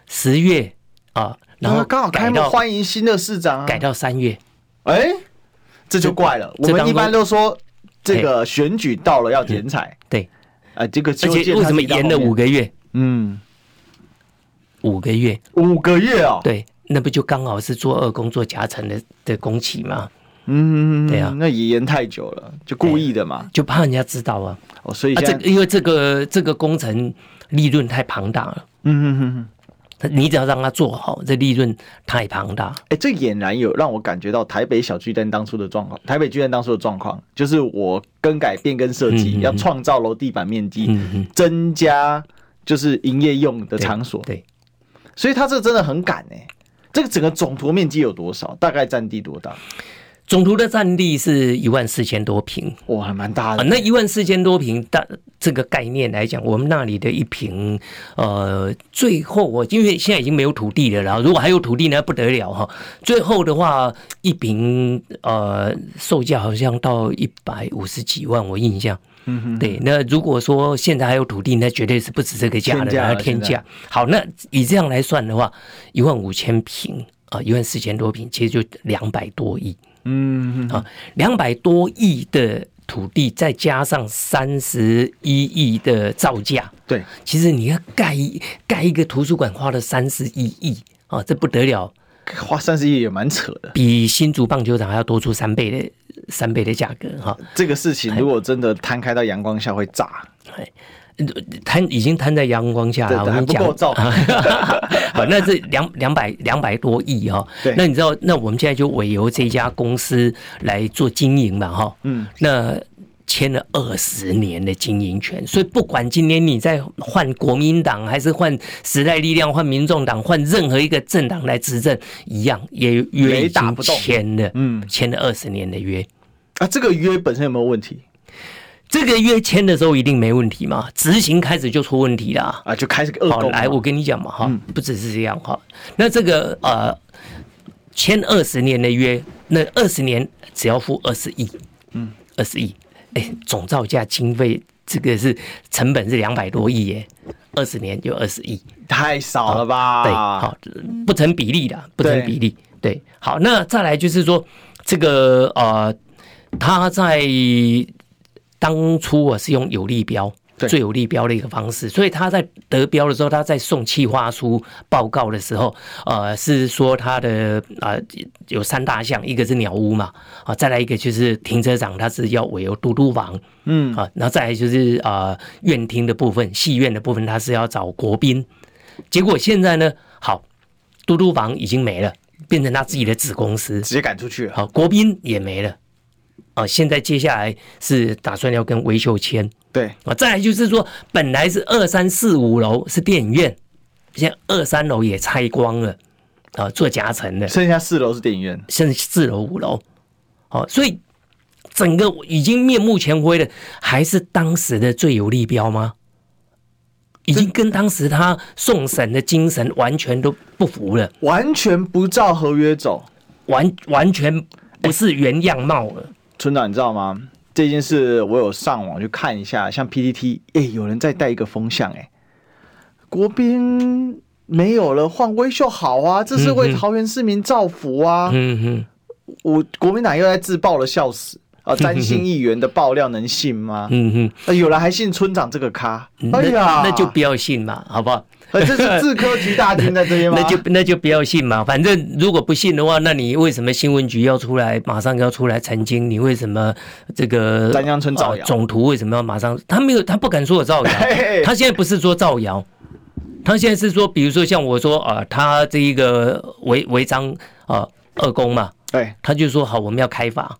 Speaker 3: 十月啊，然后
Speaker 2: 刚好开
Speaker 3: 改
Speaker 2: 幕
Speaker 3: 到
Speaker 2: 欢迎新的市长啊，
Speaker 3: 改到三月，
Speaker 2: 哎、这就怪了。我
Speaker 3: 这
Speaker 2: 们
Speaker 3: 当
Speaker 2: 一般
Speaker 3: 中
Speaker 2: 都说这个选举到了要剪 彩，
Speaker 3: 对，
Speaker 2: 啊，这个
Speaker 3: 而且为什么延了五
Speaker 2: 个？
Speaker 3: 个月？
Speaker 2: 嗯，
Speaker 3: 五个月，
Speaker 2: 五个月哦。
Speaker 3: 对，那不就刚好是做二工做夹层的的工期吗？
Speaker 2: 嗯，
Speaker 3: 对啊
Speaker 2: 那也延太久了，就故意的嘛。
Speaker 3: 就怕人家知道啊，
Speaker 2: 哦，所以
Speaker 3: 啊，
Speaker 2: 现在，
Speaker 3: 这个因为这个这个工程利润太庞大了，
Speaker 2: 嗯嗯嗯嗯，
Speaker 3: 你只要让它做好，这利润太庞大。
Speaker 2: 哎、这俨然有让我感觉到台北小巨蛋当初的状况，台北巨蛋当初的状况，就是我更改变更设计，
Speaker 3: 嗯嗯嗯
Speaker 2: 要创造楼地板面积，
Speaker 3: 嗯嗯，
Speaker 2: 增加就是营业用的
Speaker 3: 对
Speaker 2: 场所。
Speaker 3: 对，
Speaker 2: 所以他这真的很赶哎、这个整个总图面积有多少？大概占地多大？
Speaker 3: 总图的占地是一万四千多平，
Speaker 2: 哇，还蛮大
Speaker 3: 啊，
Speaker 2: 的。
Speaker 3: 那一万四千多平，大这个概念来讲，我们那里的一平，呃，最后我因为现在已经没有土地了啦，如果还有土地那不得了哈。最后的话，一平呃，售价好像到一百五十几万，我印象。
Speaker 2: 嗯哼，
Speaker 3: 对，那如果说现在还有土地，那绝对是不止这个价
Speaker 2: 天
Speaker 3: 的，
Speaker 2: 价了
Speaker 3: 还要天
Speaker 2: 现
Speaker 3: 价
Speaker 2: 在。
Speaker 3: 好，那以这样来算的话，一万五千平啊，一万四千多平，其实就两百多亿。
Speaker 2: 嗯哼，
Speaker 3: 啊，两百多亿的土地，再加上三十一亿的造价，
Speaker 2: 对，
Speaker 3: 其实你要盖一盖一个图书馆花了三十一亿啊，这不得了，
Speaker 2: 花三十亿也蛮扯的。
Speaker 3: 比新竹棒球场还要多出三倍的三倍的价格哈、
Speaker 2: 这个事
Speaker 3: 哎
Speaker 2: 情如果真的摊开到阳光下会炸，
Speaker 3: 摊已经摊在阳光下
Speaker 2: 对
Speaker 3: 了，我
Speaker 2: 对还
Speaker 3: 们
Speaker 2: 不
Speaker 3: 讲
Speaker 2: 够照
Speaker 3: 好，那这两两百两百多亿哈、哦
Speaker 2: 对，
Speaker 3: 那你知道，那我们现在就委由这家公司来做经营嘛哈、
Speaker 2: 嗯，
Speaker 3: 那签了二十年的经营权，所以不管今天你在换国民党，还是换时代力量，换民众党，换任何一个政党来执政，一样也约
Speaker 2: 雷
Speaker 3: 已
Speaker 2: 打
Speaker 3: 经
Speaker 2: 不动
Speaker 3: 签了，
Speaker 2: 嗯
Speaker 3: 签了二十年的约。
Speaker 2: 啊，这个约本身有没有问题
Speaker 3: 这个约签的时候一定没问题嘛，执行开始就出问题啦。
Speaker 2: 啊？就开始恶
Speaker 3: 好，
Speaker 2: 搞。
Speaker 3: 来，我跟你讲嘛，嗯哈，不只是这样哈。那这个呃，签二十年的约，那二十年只要付二十亿，嗯，二十亿，哎，总造价经费这个是成本是两百多亿耶，二十年就二十亿，
Speaker 2: 太少了吧？
Speaker 3: 对，好，不成比例的，
Speaker 2: 啊
Speaker 3: 不
Speaker 2: 对
Speaker 3: 成比例，对，好，那再来就是说这个呃，他在当初啊我是用有利标。
Speaker 2: 对
Speaker 3: 最有利标的一个方式，所以他在得标的时候，他在送企划书报告的时候，呃，是说他的啊、呃有三大项，一个是鸟屋嘛，啊，再来一个就是停车场，它是要委由嘟嘟房，
Speaker 2: 嗯
Speaker 3: 啊，然后再来就是啊、呃院厅的部分，戏院的部分，它是要找国宾，结果现在呢，好，嘟嘟房已经没了，变成他自己的子公司，
Speaker 2: 直接赶出去了。
Speaker 3: 好，国宾也没了，啊，现在接下来是打算要跟维秀签。
Speaker 2: 对，
Speaker 3: 啊，再来就是说，本来是二三四五楼是电影院，现在二三楼也拆光了，啊，做夹层的，
Speaker 2: 剩下四楼是电影院。
Speaker 3: 甚至四楼五楼，哦，所以整个已经面目全非的，还是当时的最有利标吗？已经跟当时他送审的精神完全都不符了，
Speaker 2: 完全不照合约走。
Speaker 3: 完完全不是原样貌了。
Speaker 2: 村长，你知道吗？这件事我有上网去看一下，像 PPT，哎、有人在带一个风向、哎，国宾没有了，换威秀好啊，这是为桃园市民造福啊。
Speaker 3: 嗯哼，
Speaker 2: 我国民党又在自爆了，笑死 啊！詹姓议员的爆料能信吗？
Speaker 3: 嗯哼。
Speaker 2: 啊有人还信村长这个咖，
Speaker 3: 那
Speaker 2: 哎呀，
Speaker 3: 那就不要信嘛，好不好？
Speaker 2: 呃，这是自科局大军在这边吗？
Speaker 3: 那就那就不要信嘛。反正如果不信的话，那你为什么新闻局要出来，马上要出来澄清？你为什么这个
Speaker 2: 丹江村造谣
Speaker 3: 呃总图为什么要马上？他没有，他不敢说我造谣
Speaker 2: 嘿嘿，
Speaker 3: 他现在不是说造谣，他现在是说，比如说像我说啊、呃他这一个违违章啊二公嘛，
Speaker 2: 对，
Speaker 3: 他就说好，我们要开罚，
Speaker 2: 哎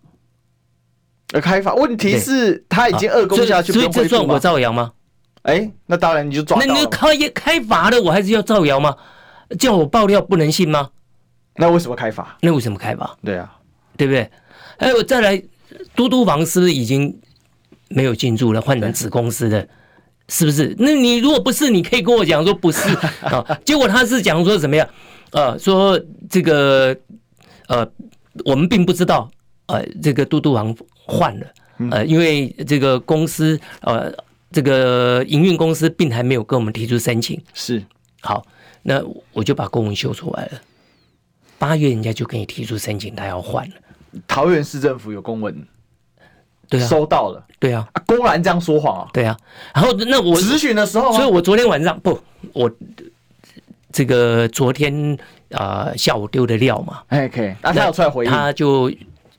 Speaker 2: 呃开发问题
Speaker 3: 对
Speaker 2: 是他已经二
Speaker 3: 所
Speaker 2: 攻
Speaker 3: 以
Speaker 2: 下去，不
Speaker 3: 所以
Speaker 2: 用
Speaker 3: 这
Speaker 2: 恢
Speaker 3: 算
Speaker 2: 复
Speaker 3: 我
Speaker 2: 吗？
Speaker 3: 造谣吗？
Speaker 2: 哎，那当然你就抓
Speaker 3: 那
Speaker 2: 到
Speaker 3: 你
Speaker 2: 了嘛。
Speaker 3: 开开罚了，我还是要造谣吗？叫我爆料不能信吗？
Speaker 2: 那为什么开发？
Speaker 3: 那为什么开罚？
Speaker 2: 对啊，
Speaker 3: 对不对？还有再来，嘟嘟房是不是已经没有进驻了，换成子公司的？是不是？那你如果不是，你可以跟我讲说不是啊。结果他是讲说怎么样？呃，说这个呃，我们并不知道呃，这个嘟嘟王换了，呃，因为这个公司呃，这个营运公司并还没有跟我们提出申请。
Speaker 2: 是
Speaker 3: 好，那我就把公文修出来了。八月人家就给你提出申请，他要换了。
Speaker 2: 桃园市政府有公文
Speaker 3: 对啊，
Speaker 2: 收到了，
Speaker 3: 对啊，
Speaker 2: 啊公然这样说谎啊！
Speaker 3: 对啊。然后那我，
Speaker 2: 质询的时候啊，
Speaker 3: 所以我昨天晚上不，我这个昨天啊、呃下午丢的料嘛，
Speaker 2: 哎，可以，那他有出来回应，
Speaker 3: 他就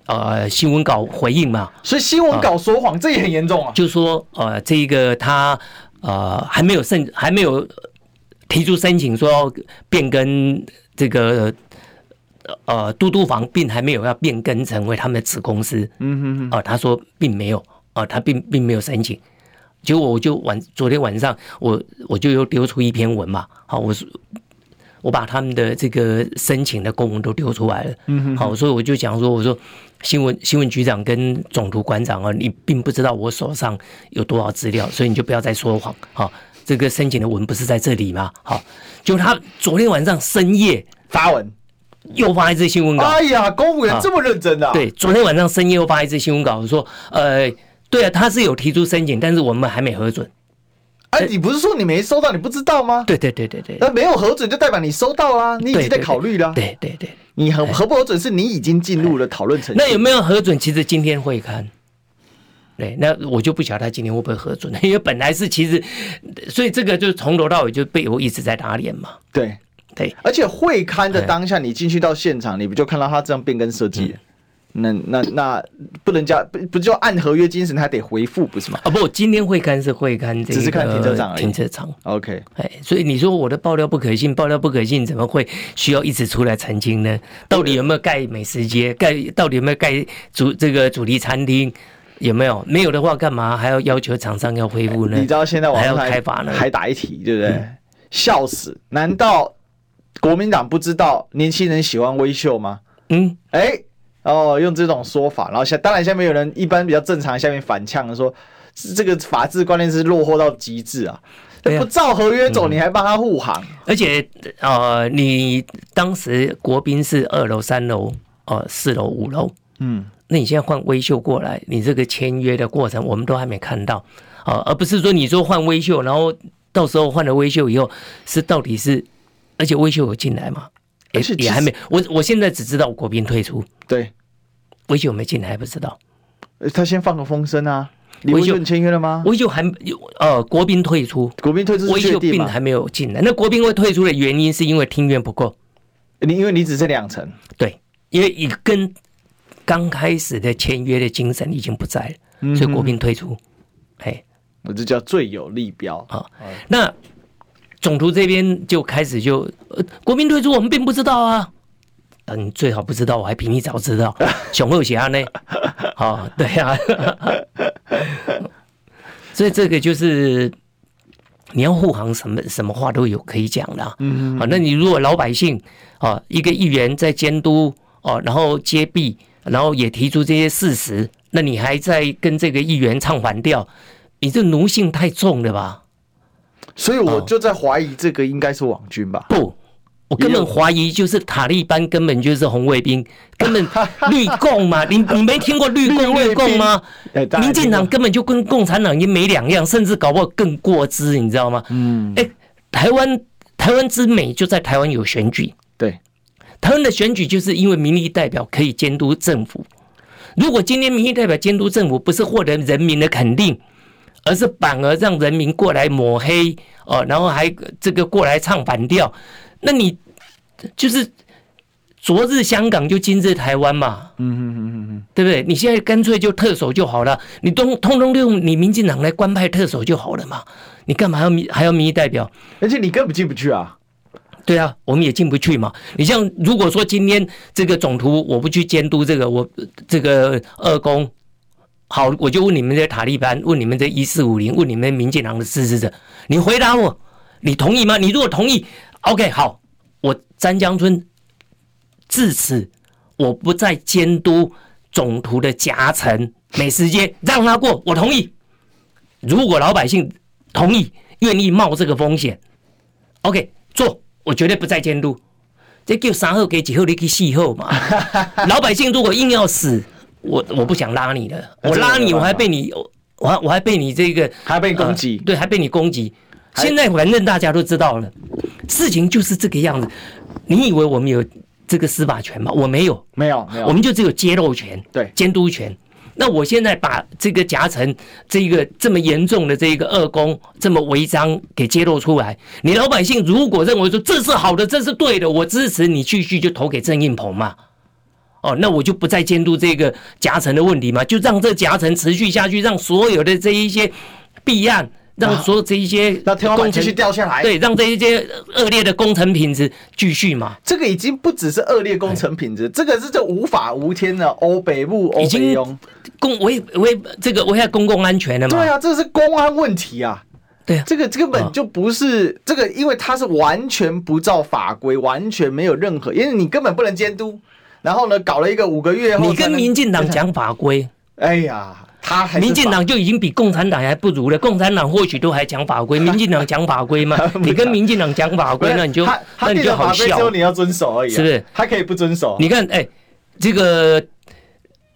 Speaker 3: 呃新闻稿回应嘛，
Speaker 2: 所以新闻稿说谎这也很严重啊。
Speaker 3: 啊就说呃这一个他呃还没有申还没有提出申请说要变更这个。呃，嘟嘟房并还没有要变更成为他们的子公司，
Speaker 2: 嗯哼哼，
Speaker 3: 啊，他说并没有啊，他并并没有申请。结果我就晚昨天晚上我我就又丢出一篇文嘛，好，我是我把他们的这个申请的公文都丢出来了，嗯，好，所以我就讲说，我说新闻新闻局长跟总图馆长啊，你并不知道我手上有多少资料，所以你就不要再说谎，好，这个申请的文不是在这里吗？好，就他昨天晚上深夜
Speaker 2: 发文，
Speaker 3: 又发一次新闻稿，
Speaker 2: 哎呀，公务员
Speaker 3: 啊
Speaker 2: 这么认真的，，
Speaker 3: 对，昨天晚上深夜又发一次新闻稿说，呃，对啊，他是有提出申请，但是我们还没核准。
Speaker 2: 哎，你不是说你没收到，你不知道吗？
Speaker 3: 对对对对对，
Speaker 2: 那没有核准就代表你收到啦，呃你已
Speaker 3: 对
Speaker 2: 经在考虑啦。
Speaker 3: 对对对，
Speaker 2: 你核核不核准是你已经进入了讨论程序。
Speaker 3: 那有没有核准？其实今天会看。对，那我就不晓得他今天会不会核准， 因为本来是其实，所以这个就从头到尾就被我一直在打脸嘛。
Speaker 2: 对，
Speaker 3: 对，
Speaker 2: 而且会刊的
Speaker 3: 哎
Speaker 2: 当下，你进去到现场，你不就看到他这样变更设
Speaker 3: 嗯
Speaker 2: 计？那那那不能加不不就按合约精神，还得回复不是吗
Speaker 3: 啊不，今天会看是会看这个
Speaker 2: 只是看停车场而已
Speaker 3: 停车场。
Speaker 2: ？OK，
Speaker 3: 哎，所以你说我的爆料不可信，爆料不可信，怎么会需要一直出来澄清呢？到底有没有盖美食街？盖到底有没有盖主这个主题餐厅？有没有？没有的话，干嘛还要要求厂商要恢复呢？
Speaker 2: 你知道现在网
Speaker 3: 还要
Speaker 2: 上
Speaker 3: 开罚呢？嗯
Speaker 2: 还打一题，对不对？笑死！难道国民党不知道年轻人喜欢微秀吗？
Speaker 3: 嗯，
Speaker 2: 哎，哦，用这种说法，然后下当然下面有人一般比较正常，下面反呛说是这个法治观念是落后到极致啊，
Speaker 3: 对啊
Speaker 2: 不照合约走，你还帮他护航，
Speaker 3: 而且呃，你当时国宾是二楼、三楼、呃四楼、五楼，
Speaker 2: 嗯，
Speaker 3: 那你现在换微秀过来，你这个签约的过程我们都还没看到啊、而不是说你说换微秀，然后到时候换了微秀以后是到底是，而且微秀有进来吗？也
Speaker 2: 而且其实
Speaker 3: 也还没，我我现在只知道国宾退出，
Speaker 2: 对，
Speaker 3: 微秀有没有进来还不知道，
Speaker 2: 呃他先放个风声啊，李文
Speaker 3: 微秀
Speaker 2: 俊签约了吗？
Speaker 3: 微秀还有呃国宾退出，
Speaker 2: 国民退出
Speaker 3: 微
Speaker 2: 是确
Speaker 3: 秀
Speaker 2: 定
Speaker 3: 并
Speaker 2: 吗？
Speaker 3: 还没有进来。那国宾会退出的原因是因为听员不够，
Speaker 2: 你因为你只剩两成，
Speaker 3: 对，因为已跟刚开始的签约的精神已经不在了，所以国宾退出，哎、
Speaker 2: 我这叫最有利标。
Speaker 3: 啊。那总图这边就开始就、呃国民退出，我们并不知道啊。啊，你最好不知道，我还比你早知道，雄厚血压呢？哦，对啊， 所以这个就是你要护航，什么什么话都有可以讲啦。嗯，好，那你如果老百姓啊，一个议员在监督哦、然后揭弊，然后也提出这些事实，那你还在跟这个议员唱反调，你这奴性太重了吧？
Speaker 2: 所以
Speaker 3: 哦
Speaker 2: 我就在怀疑这个应该是网军吧。
Speaker 3: 不，我根本怀疑就是塔利班根本就是红卫 兵，根本绿共嘛，你你没听过绿共
Speaker 2: 卫兵
Speaker 3: 绿共吗
Speaker 2: 哎？当然
Speaker 3: 民进
Speaker 2: 听
Speaker 3: 党
Speaker 2: 过
Speaker 3: 根本就跟共产党也没两样，甚至搞不好更过之，你知道吗？嗯，哎，台湾台湾之美就在台湾有选举，
Speaker 2: 对，
Speaker 3: 台湾的选举就是因为民意代表可以监督政府。如果今天民意代表监督政府，不是获得人民的肯定，而是反而让人民过来抹黑哦、然后还这个过来唱反调，那你就是昨日香港就今日台湾嘛，嗯嗯嗯嗯，对不对？你现在干脆就特首就好了，你通通通用你民进党来官派特首就好了嘛，你干嘛还要民还要民意代表？
Speaker 2: 而且你根本进不去啊。
Speaker 3: 对啊，我们也进不去嘛。你像如果说今天这个总图我不去监督这个，我这个二宫，好，我就问你们这塔利班，问你们这一四五零，问你们民进党的支持者，你回答我，你同意吗？你如果同意，OK，好，我詹江村自此我不再监督总图的夹层美食街，让他过，我同意。如果老百姓同意，愿意冒这个风险，OK，做，我绝对不再监督。这叫三后给几后，你去四后嘛。 老百姓如果硬要死，我我不想拉你了，
Speaker 2: 那
Speaker 3: 我
Speaker 2: 这个
Speaker 3: 拉
Speaker 2: 没
Speaker 3: 你
Speaker 2: 有
Speaker 3: 我还
Speaker 2: 办法
Speaker 3: 被你，我还我还被你这个
Speaker 2: 还被你攻击
Speaker 3: 呃对，还被你攻击。
Speaker 2: 还
Speaker 3: 现在反正大家都知道了，事情就是这个样子。你以为我们有这个司法权吗？我没有，
Speaker 2: 没有，没有，
Speaker 3: 我们就只有揭露权、
Speaker 2: 对
Speaker 3: 监督权。那我现在把这个夹层这个这么严重的这个恶功这么违章给揭露出来，你老百姓如果认为说这是好的，这是对的，我支持你继续就投给郑应鹏嘛。哦，那我就不再监督这个夹层的问题嘛，就让这夹层持续下去，让所有的这一些弊案，让所有这一些
Speaker 2: 那天花板
Speaker 3: 工
Speaker 2: 继
Speaker 3: 程
Speaker 2: 续掉下来。
Speaker 3: 对，让这一些恶劣的工程品质继续嘛。
Speaker 2: 这个已经不只是恶劣工程品质，这个是这无法无天的欧北部欧
Speaker 3: 哎已
Speaker 2: 北
Speaker 3: 经
Speaker 2: 庸。
Speaker 3: 公危危这个危害公共安全了嘛？
Speaker 2: 对啊，这是公安问题啊。
Speaker 3: 对啊，
Speaker 2: 这个根本就不是这个，因为它是完全不照法规，完全没有任何，因为你根本不能监督。然后呢，搞了一个五个月后，
Speaker 3: 你跟民，进党讲法规，
Speaker 2: 哎呀，他还是
Speaker 3: 民进
Speaker 2: 法
Speaker 3: 党就已经比共产党还不如了。共产党或许都还讲法规，民进党讲法规嘛
Speaker 2: 不，讲
Speaker 3: 你跟民进党讲法
Speaker 2: 不
Speaker 3: 规
Speaker 2: 是，
Speaker 3: 那你就
Speaker 2: 他他
Speaker 3: 那你
Speaker 2: 定
Speaker 3: 就
Speaker 2: 了
Speaker 3: 好
Speaker 2: 法规之
Speaker 3: 笑
Speaker 2: 后。你要哦遵守而已啊、
Speaker 3: 是不是
Speaker 2: 他可以不遵守，
Speaker 3: 你看，哎、这个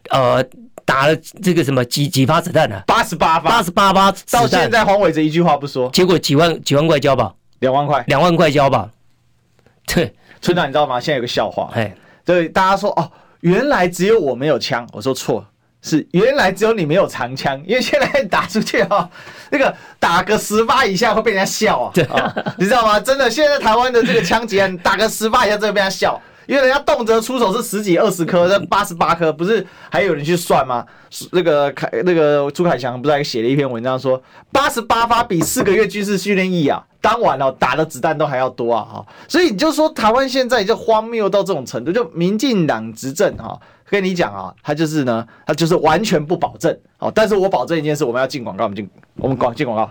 Speaker 3: 呃打了这个什么几几发子弹啊？
Speaker 2: 八十八
Speaker 3: 八
Speaker 2: 发，
Speaker 3: 十八
Speaker 2: 到
Speaker 3: 发子
Speaker 2: 现
Speaker 3: 弹，
Speaker 2: 在黄伟哲一句话不说，
Speaker 3: 结果几万几万块交吧，
Speaker 2: 两万块。
Speaker 3: 两万块交吧。 对，
Speaker 2: 村长，你知道吗？现在有个笑话，
Speaker 3: 哎，
Speaker 2: 对大家说哦，原来只有我没有枪，我说错，是原来只有你没有长枪，因为现在打出去哦，那个打个十发以下会被人家笑啊、哦你知道吗？真的，现在台湾的这个枪击案，打个十发以下真的被人家笑。因为人家动辄出手是十几二十颗，那八十八颗，不是还有人去算吗？那个凯那个朱凯翔不是还写了一篇文章说，八十八发比四个月军事训练役啊，当晚哦打的子弹都还要多啊哈、所以你就说台湾现在已经荒谬到这种程度，就民进党执政哈、跟你讲啊，他就是呢，他就是完全不保证哦。但是我保证一件事，我们要进广告，我们进我们广进广告。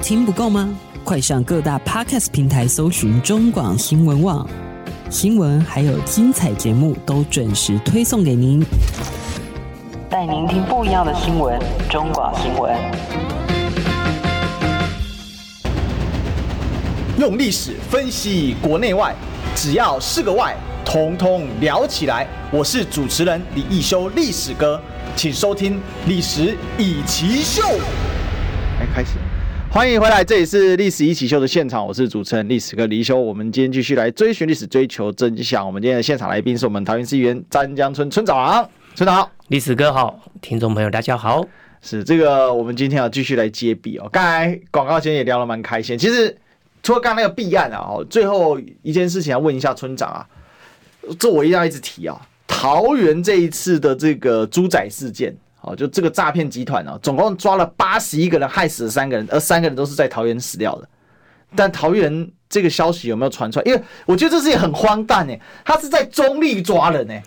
Speaker 5: 听不够吗？快上各大 podcast 平台搜寻中广新闻网，新闻还有精彩节目都准时推送给您。
Speaker 6: 带您听不一样的新闻，中广新闻。
Speaker 1: 用历史分析国内外，只要是个“外”，统统聊起来。我是主持人李一修，历史哥，请收听《历史以奇秀》。
Speaker 2: 来开始，欢迎回来，这里是《历史一起秀》的现场，我是主持人历史哥黎修。我们今天继续来追寻历史，追求真相。我们今天的现场来宾是我们桃园市议员詹江村村长，村长好。
Speaker 3: 历史哥好，听众朋友大家好。
Speaker 2: 是这个，我们今天要继续来揭弊哦。刚才广告前也聊得蛮开心，其实除了刚刚那个弊案啊，哦，最后一件事情要问一下村长啊，这我一定要一直提啊，桃园这一次的这个猪仔事件。哦，就这个诈骗集团啊，总共抓了八十一个人，害死了三个人，而三个人都是在桃园死掉的。但桃园这个消息有没有传出来？因为我觉得这事也很荒诞哎、他是在中立抓人哎、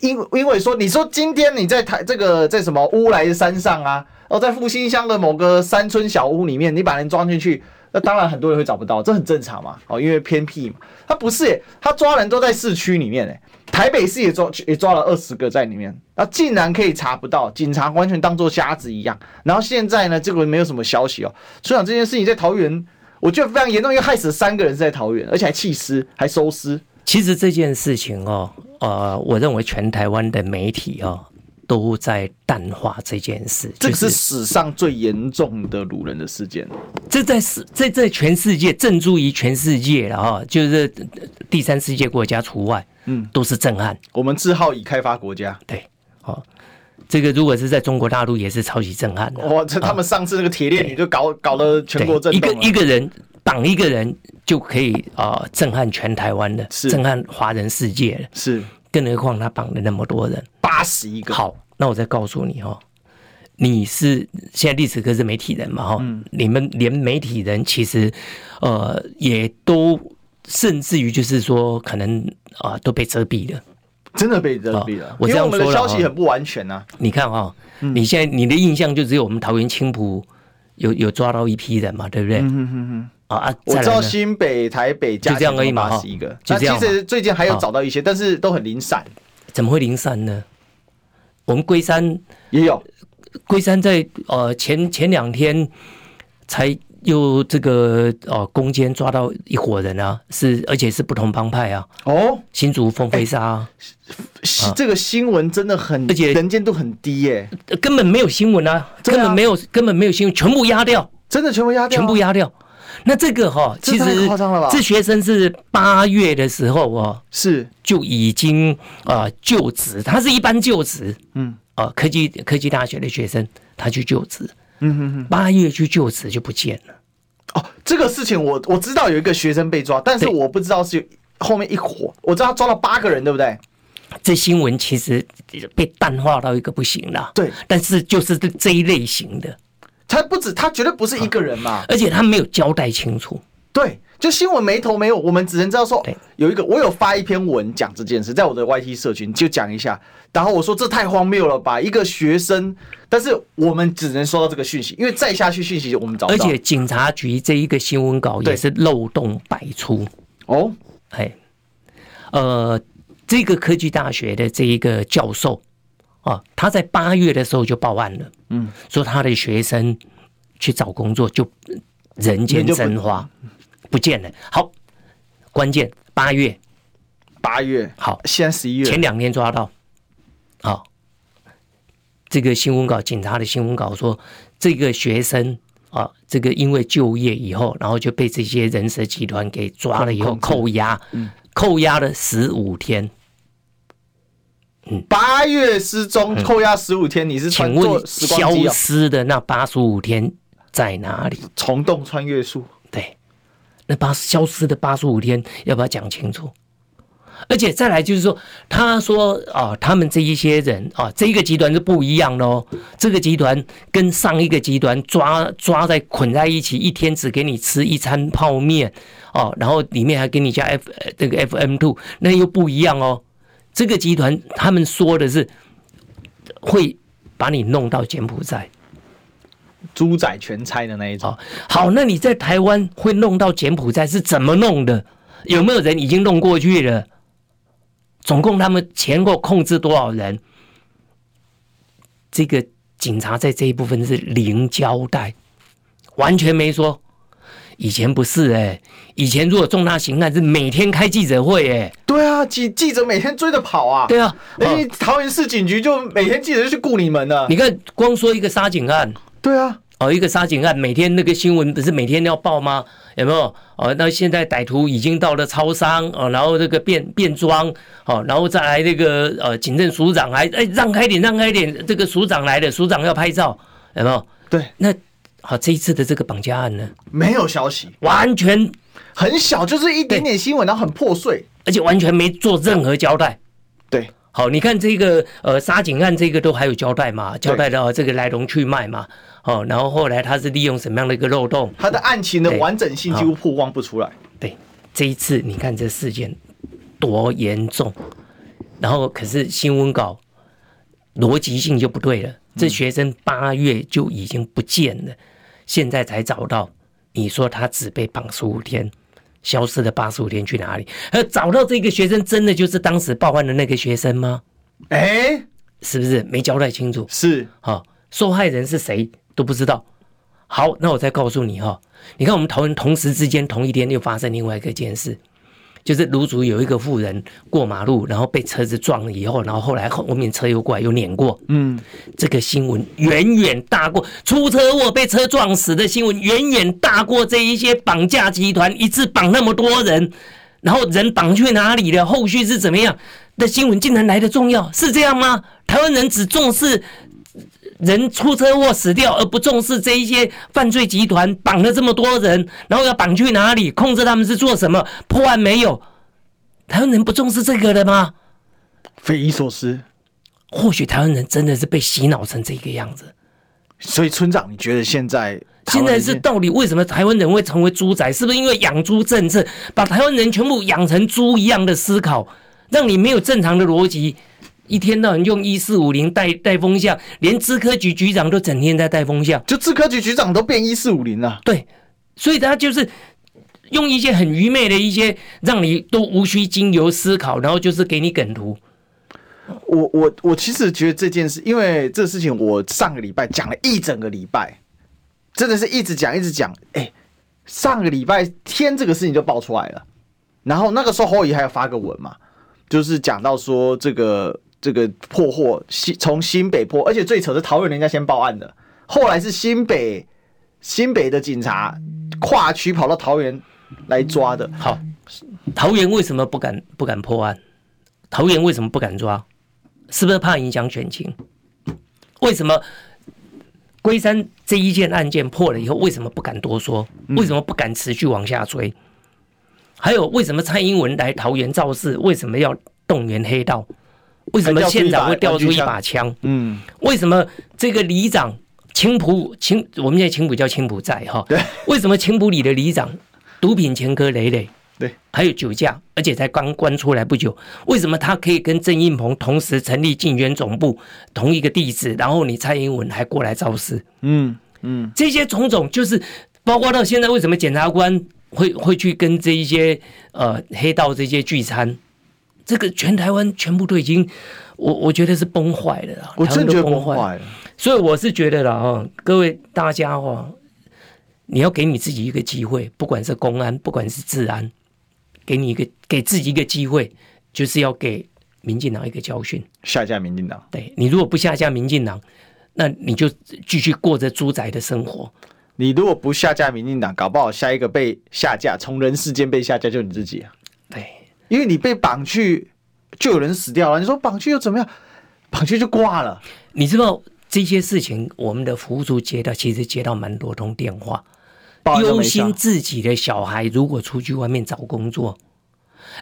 Speaker 2: 因为因为说，你说今天你在台这个在什么乌来山上啊，哦，在复兴乡的某个山村小屋里面，你把人抓进去，那当然很多人会找不到，这很正常嘛，哦，因为偏僻嘛。他不是耶、他抓人都在市区里面、耶台北市也抓也抓了二十个在里面，那竟然可以查不到，警察完全当做瞎子一样。然后现在呢，这个没有什么消息哦。村长这件事情在桃园，我觉得非常严重，因为害死了三个人是在桃园，而且还弃尸，还收尸。
Speaker 3: 其实这件事情哦，呃，我认为全台湾的媒体哦都在淡化这件事，
Speaker 2: 这个
Speaker 3: 就是
Speaker 2: 史上最严重的掳人的事件。
Speaker 3: 这在世这在全世界震注于全世界了哈，就是第三世界国家除外，
Speaker 2: 嗯，
Speaker 3: 都是震撼。
Speaker 2: 我们自号已开发国家，
Speaker 3: 对，哦，这个如果是在中国大陆也是超级震撼的。
Speaker 2: 哇，这他们上次那个铁链女就搞搞了哦全国震
Speaker 3: 对一
Speaker 2: 动啊
Speaker 3: 个
Speaker 2: 了
Speaker 3: 一个人绑一个人就可以啊、呃震撼全台湾的，
Speaker 2: 是
Speaker 3: 震撼华人世界了，
Speaker 2: 是
Speaker 3: 更何况他绑了那么多人。
Speaker 2: 八十一个，
Speaker 3: 好，那我再告诉你哦，你是现在历史课是媒体人嘛？哈、
Speaker 2: 嗯
Speaker 3: 你们连媒体人其实，呃，也都甚至于就是说，可能啊、都被遮蔽了。
Speaker 2: 真的被遮蔽了
Speaker 3: 哦。我
Speaker 2: 因
Speaker 3: 这
Speaker 2: 为
Speaker 3: 样
Speaker 2: 我们的
Speaker 3: 说了
Speaker 2: 消
Speaker 3: 哦
Speaker 2: 息很不完全啊呐、
Speaker 3: 你看哈、
Speaker 2: 嗯
Speaker 3: 你现在你的印象就只有我们桃园青浦有有抓到一批人嘛，对不对？嗯嗯嗯。啊啊，
Speaker 2: 我
Speaker 3: 再
Speaker 2: 知
Speaker 3: 来
Speaker 2: 道
Speaker 3: 呢
Speaker 2: 新北、台北加
Speaker 3: 就这样而已嘛
Speaker 2: 八十一个
Speaker 3: 哈，
Speaker 2: 那
Speaker 3: 就这样
Speaker 2: 其
Speaker 3: 嘛
Speaker 2: 实最近还有
Speaker 3: 好
Speaker 2: 找到一些，但是都很零散，
Speaker 3: 怎么会零散呢？我们龟山
Speaker 2: 也有
Speaker 3: 龟山在呃前前两天才又这个呃攻坚抓到一伙人啊，是而且是不同帮派啊，
Speaker 2: 哦。
Speaker 3: 新竹风飞沙、啊
Speaker 2: 是这个新闻真的很，
Speaker 3: 而且
Speaker 2: 能见度很低耶、
Speaker 3: 呃根本没有新闻啊，
Speaker 2: 对啊
Speaker 3: 根本没有根本没有新闻，全部压掉，
Speaker 2: 真的全部压掉啊，
Speaker 3: 全部压掉。那这个哈、
Speaker 2: 这
Speaker 3: 其
Speaker 2: 太
Speaker 3: 实
Speaker 2: 夸张了吧
Speaker 3: 这学生是八月的时候哦，
Speaker 2: 是
Speaker 3: 就已经啊、呃就职，他是一般就职，
Speaker 2: 嗯，
Speaker 3: 啊、科技科技大学的学生，他去就职，
Speaker 2: 嗯哼哼，
Speaker 3: 八月去就职就不见了。
Speaker 2: 哦，这个事情我我知道有一个学生被抓，但是
Speaker 3: 对
Speaker 2: 我不知道是有后面一伙，我知道他抓了八个人，对不对？
Speaker 3: 这新闻其实被淡化到一个不行了。
Speaker 2: 对，
Speaker 3: 但是就是这这一类型的，
Speaker 2: 他不止，他绝对不是一个人嘛，
Speaker 3: 而且他没有交代清楚。
Speaker 2: 对，就新闻没头没尾，我们只能知道说
Speaker 3: 对
Speaker 2: 有一个，我有发一篇文讲这件事，在我的 YT 社群就讲一下，然后我说这太荒谬了吧，一个学生，但是我们只能收到这个讯息，因为再下去讯息我们找不
Speaker 3: 而
Speaker 2: 到，
Speaker 3: 且警察局这一个新闻稿
Speaker 2: 对
Speaker 3: 也是漏洞百出。
Speaker 2: 哦，
Speaker 3: 哎，呃，这个科技大学的这一个教授啊，他在八月的时候就报案了，嗯，说他的学生去找工作就呃人间蒸发，不见了。好，关键八月
Speaker 2: 八月，
Speaker 3: 好，
Speaker 2: 现在十一月，
Speaker 3: 前两天抓到，好、这个新闻稿，警察的新闻稿说，这个学生啊，这个因为就业以后，然后就被这些人蛇集团给抓了以后扣押，
Speaker 2: 嗯
Speaker 3: 扣押了十五天。
Speaker 2: 八月失踪，扣押十五天，你是穿
Speaker 3: 嗯请
Speaker 2: 坐
Speaker 3: 问
Speaker 2: 时光机
Speaker 3: 消
Speaker 2: 啊？
Speaker 3: 失的那八十五天在哪里？
Speaker 2: 虫洞穿越术，
Speaker 3: 对，那八消失的八十五天要不要讲清楚？而且再来就是说，他说啊、他们这一些人啊、这一个集团是不一样的哦。这个集团跟上一个集团抓抓在捆在一起，一天只给你吃一餐泡面哦，然后里面还给你加 F 呃这个 FM two，那又不一样哦。这个集团他们说的是会把你弄到柬埔寨，
Speaker 2: 猪仔全拆的那一种
Speaker 3: 哦，，好，那你在台湾会弄到柬埔寨是怎么弄的？有没有人已经弄过去了？总共他们前后控制多少人？这个警察在这一部分是零交代，完全没说。以前不是哎、以前如果重大刑案是每天开记者会哎、
Speaker 2: 对啊，记记者每天追着跑啊，
Speaker 3: 对啊，
Speaker 2: 哎，
Speaker 3: 哦
Speaker 2: 桃园市警局就每天记者就去雇你们了
Speaker 3: 你，看光说一个杀警案，
Speaker 2: 对啊，
Speaker 3: 哦，一个杀警案，每天那个新闻不是每天要报吗？有没有？哦，那现在歹徒已经到了超商哦，然后这个变变装哦，然后再来那个呃，警政署长还哎让开点，让开点，这个署长来了，署长要拍照，有没有？
Speaker 2: 对，
Speaker 3: 那好、这一次的这个绑架案呢，
Speaker 2: 没有消息，
Speaker 3: 完全
Speaker 2: 很小，就是一点点新闻，然后很破碎，
Speaker 3: 而且完全没做任何交代。
Speaker 2: 对，
Speaker 3: 好，你看这个呃杀警案这个都还有交代嘛，交代到这个来龙去脉嘛，哦，然后后来他是利用什么样的一个漏洞？
Speaker 2: 他的案情的
Speaker 3: 对
Speaker 2: 完整性几乎曝光不出来，
Speaker 3: 对，这一次你看这事件多严重，然后可是新闻稿逻辑性就不对了。这学生八月就已经不见了，现在才找到。你说他只被绑十五天，消失的八十五天去哪里？而找到这个学生，真的就是当时报案的那个学生吗？
Speaker 2: 哎，
Speaker 3: 是不是没交代清楚？
Speaker 2: 是
Speaker 3: 好、受害人是谁都不知道。好，那我再告诉你哈、你看我们讨论同时之间同一天又发生另外一个件事，就是卢竹有一个妇人过马路，然后被车子撞了以后，然后后来后后面车又过来又碾过，嗯，这个新闻远远大过出车祸被车撞死的新闻，远远大过这一些绑架集团一次绑那么多人，然后人绑去哪里了，后续是怎么样的新闻竟然来的重要，是这样吗？台湾人只重视人出车祸死掉，而不重视这一些犯罪集团绑了这么多人，然后要绑去哪里，控制他们是做什么，破案没有？台湾人不重视这个的吗？
Speaker 2: 匪夷所思。
Speaker 3: 或许台湾人真的是被洗脑成这个样子。
Speaker 2: 所以村长，你觉得现在台
Speaker 3: 现
Speaker 2: 湾
Speaker 3: 在
Speaker 2: 人
Speaker 3: 是到底为什么台湾人会成为猪仔？是不是因为养猪政策把台湾人全部养成猪一样的思考，让你没有正常的逻辑？一天到晚用一四五零带带风向，连资科局局长都整天在带风向。
Speaker 2: 就自科局局长都变一四五零了，
Speaker 3: 对，所以他就是用一些很愚昧的一些，让你都无需经由思考，然后就是给你梗图。
Speaker 2: 我我我其实觉得这件事，因为这事情我上个礼拜讲了一整个礼拜，真的是一直讲一直讲。哎、上个礼拜天这个事情就爆出来了，然后那个时候侯友宜还有发个文嘛，就是讲到说这个这个破获新从新北破，而且最扯是桃园人家先报案的，后来是新北新北的警察跨区跑到桃园来抓的。
Speaker 3: 好，桃园为什么不敢不敢破案？桃园为什么不敢抓？是不是怕影响选情？为什么龟山这一件案件破了以后，为什么不敢多说？为什么不敢持续往下追？还有为什么蔡英文来桃园造势？为什么要动员黑道？为什么
Speaker 2: 还调出一
Speaker 3: 县长
Speaker 2: 把
Speaker 3: 会调出
Speaker 2: 玩具
Speaker 3: 一
Speaker 2: 枪
Speaker 3: 把枪？
Speaker 2: 嗯，
Speaker 3: 为什么这个里长青浦青，我们现在青浦叫青浦寨哈？对。为什么青浦里的里长毒品前科累累？
Speaker 2: 对，
Speaker 3: 还有酒驾，而且才刚关出来不久，为什么他可以跟郑印鹏同时成立竞选总部同一个地址？然后你蔡英文还过来造势？
Speaker 2: 嗯，
Speaker 3: 这些种种就是包括到现在，为什么检察官会会去跟这一些呃黑道这些聚餐？这个全台湾全部都已经，我我觉得是崩坏了啦，
Speaker 2: 我
Speaker 3: 台湾
Speaker 2: 真的
Speaker 3: 都
Speaker 2: 觉得崩
Speaker 3: 崩坏了。
Speaker 2: 坏了。
Speaker 3: 所以我是觉得啦，哦，各位大家哦，你要给你自己一个机会，不管是公安，不管是治安，给你一个给自己一个机会，就是要给民进党一个教训。
Speaker 2: 下架民进党，
Speaker 3: 对你如果不下架民进党，那你就继续过着猪仔的生活。
Speaker 2: 你如果不下架民进党，搞不好下一个被下架，从人世间被下架就你自己啊，
Speaker 3: 对，
Speaker 2: 因为你被绑去，就有人死掉了。你说绑去又怎么样？绑去就挂了。
Speaker 3: 你知道这些事情，我们的服务处接到其实接到蛮多通电话，
Speaker 2: 报案都
Speaker 3: 忧
Speaker 2: 没上
Speaker 3: 心自己的小孩如果出去外面找工作。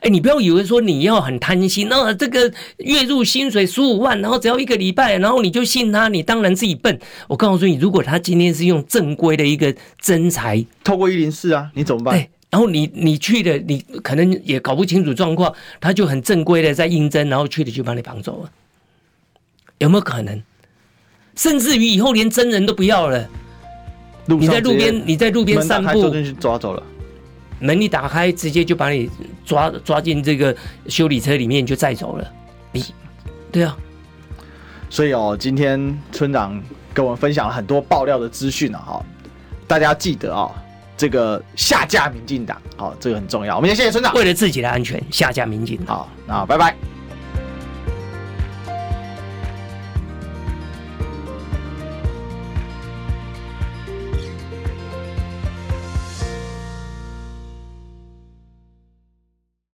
Speaker 3: 哎，你不要以为说你要很贪心，那、这个月入薪水十五万，然后只要一个礼拜，然后你就信他，你当然自己笨。我告诉你，如果他今天是用正规的一个真才，
Speaker 2: 透过一零四
Speaker 3: 哎
Speaker 2: 啊，你怎么办
Speaker 3: 对？，然后你你去的，你可能也搞不清楚状况，他就很正规的在应征，然后去的就把你绑走了，有没有可能？甚至于以后连真人都不要了，
Speaker 2: 路上
Speaker 3: 你在路
Speaker 2: 直接
Speaker 3: 边你在路边
Speaker 2: 门打
Speaker 3: 散
Speaker 2: 开
Speaker 3: 步
Speaker 2: 就，进去抓走了。
Speaker 3: 门一打开，直接就把你抓抓进这个修理车里面就载走了。你对啊，
Speaker 2: 所以哦，今天村长跟我们分享了很多爆料的资讯啊，哈，大家记得啊、这个哦下架民进党，好、这个很重要。我们先谢谢村长，
Speaker 3: 为了自己的安全，下架民警。
Speaker 2: 好，那拜拜。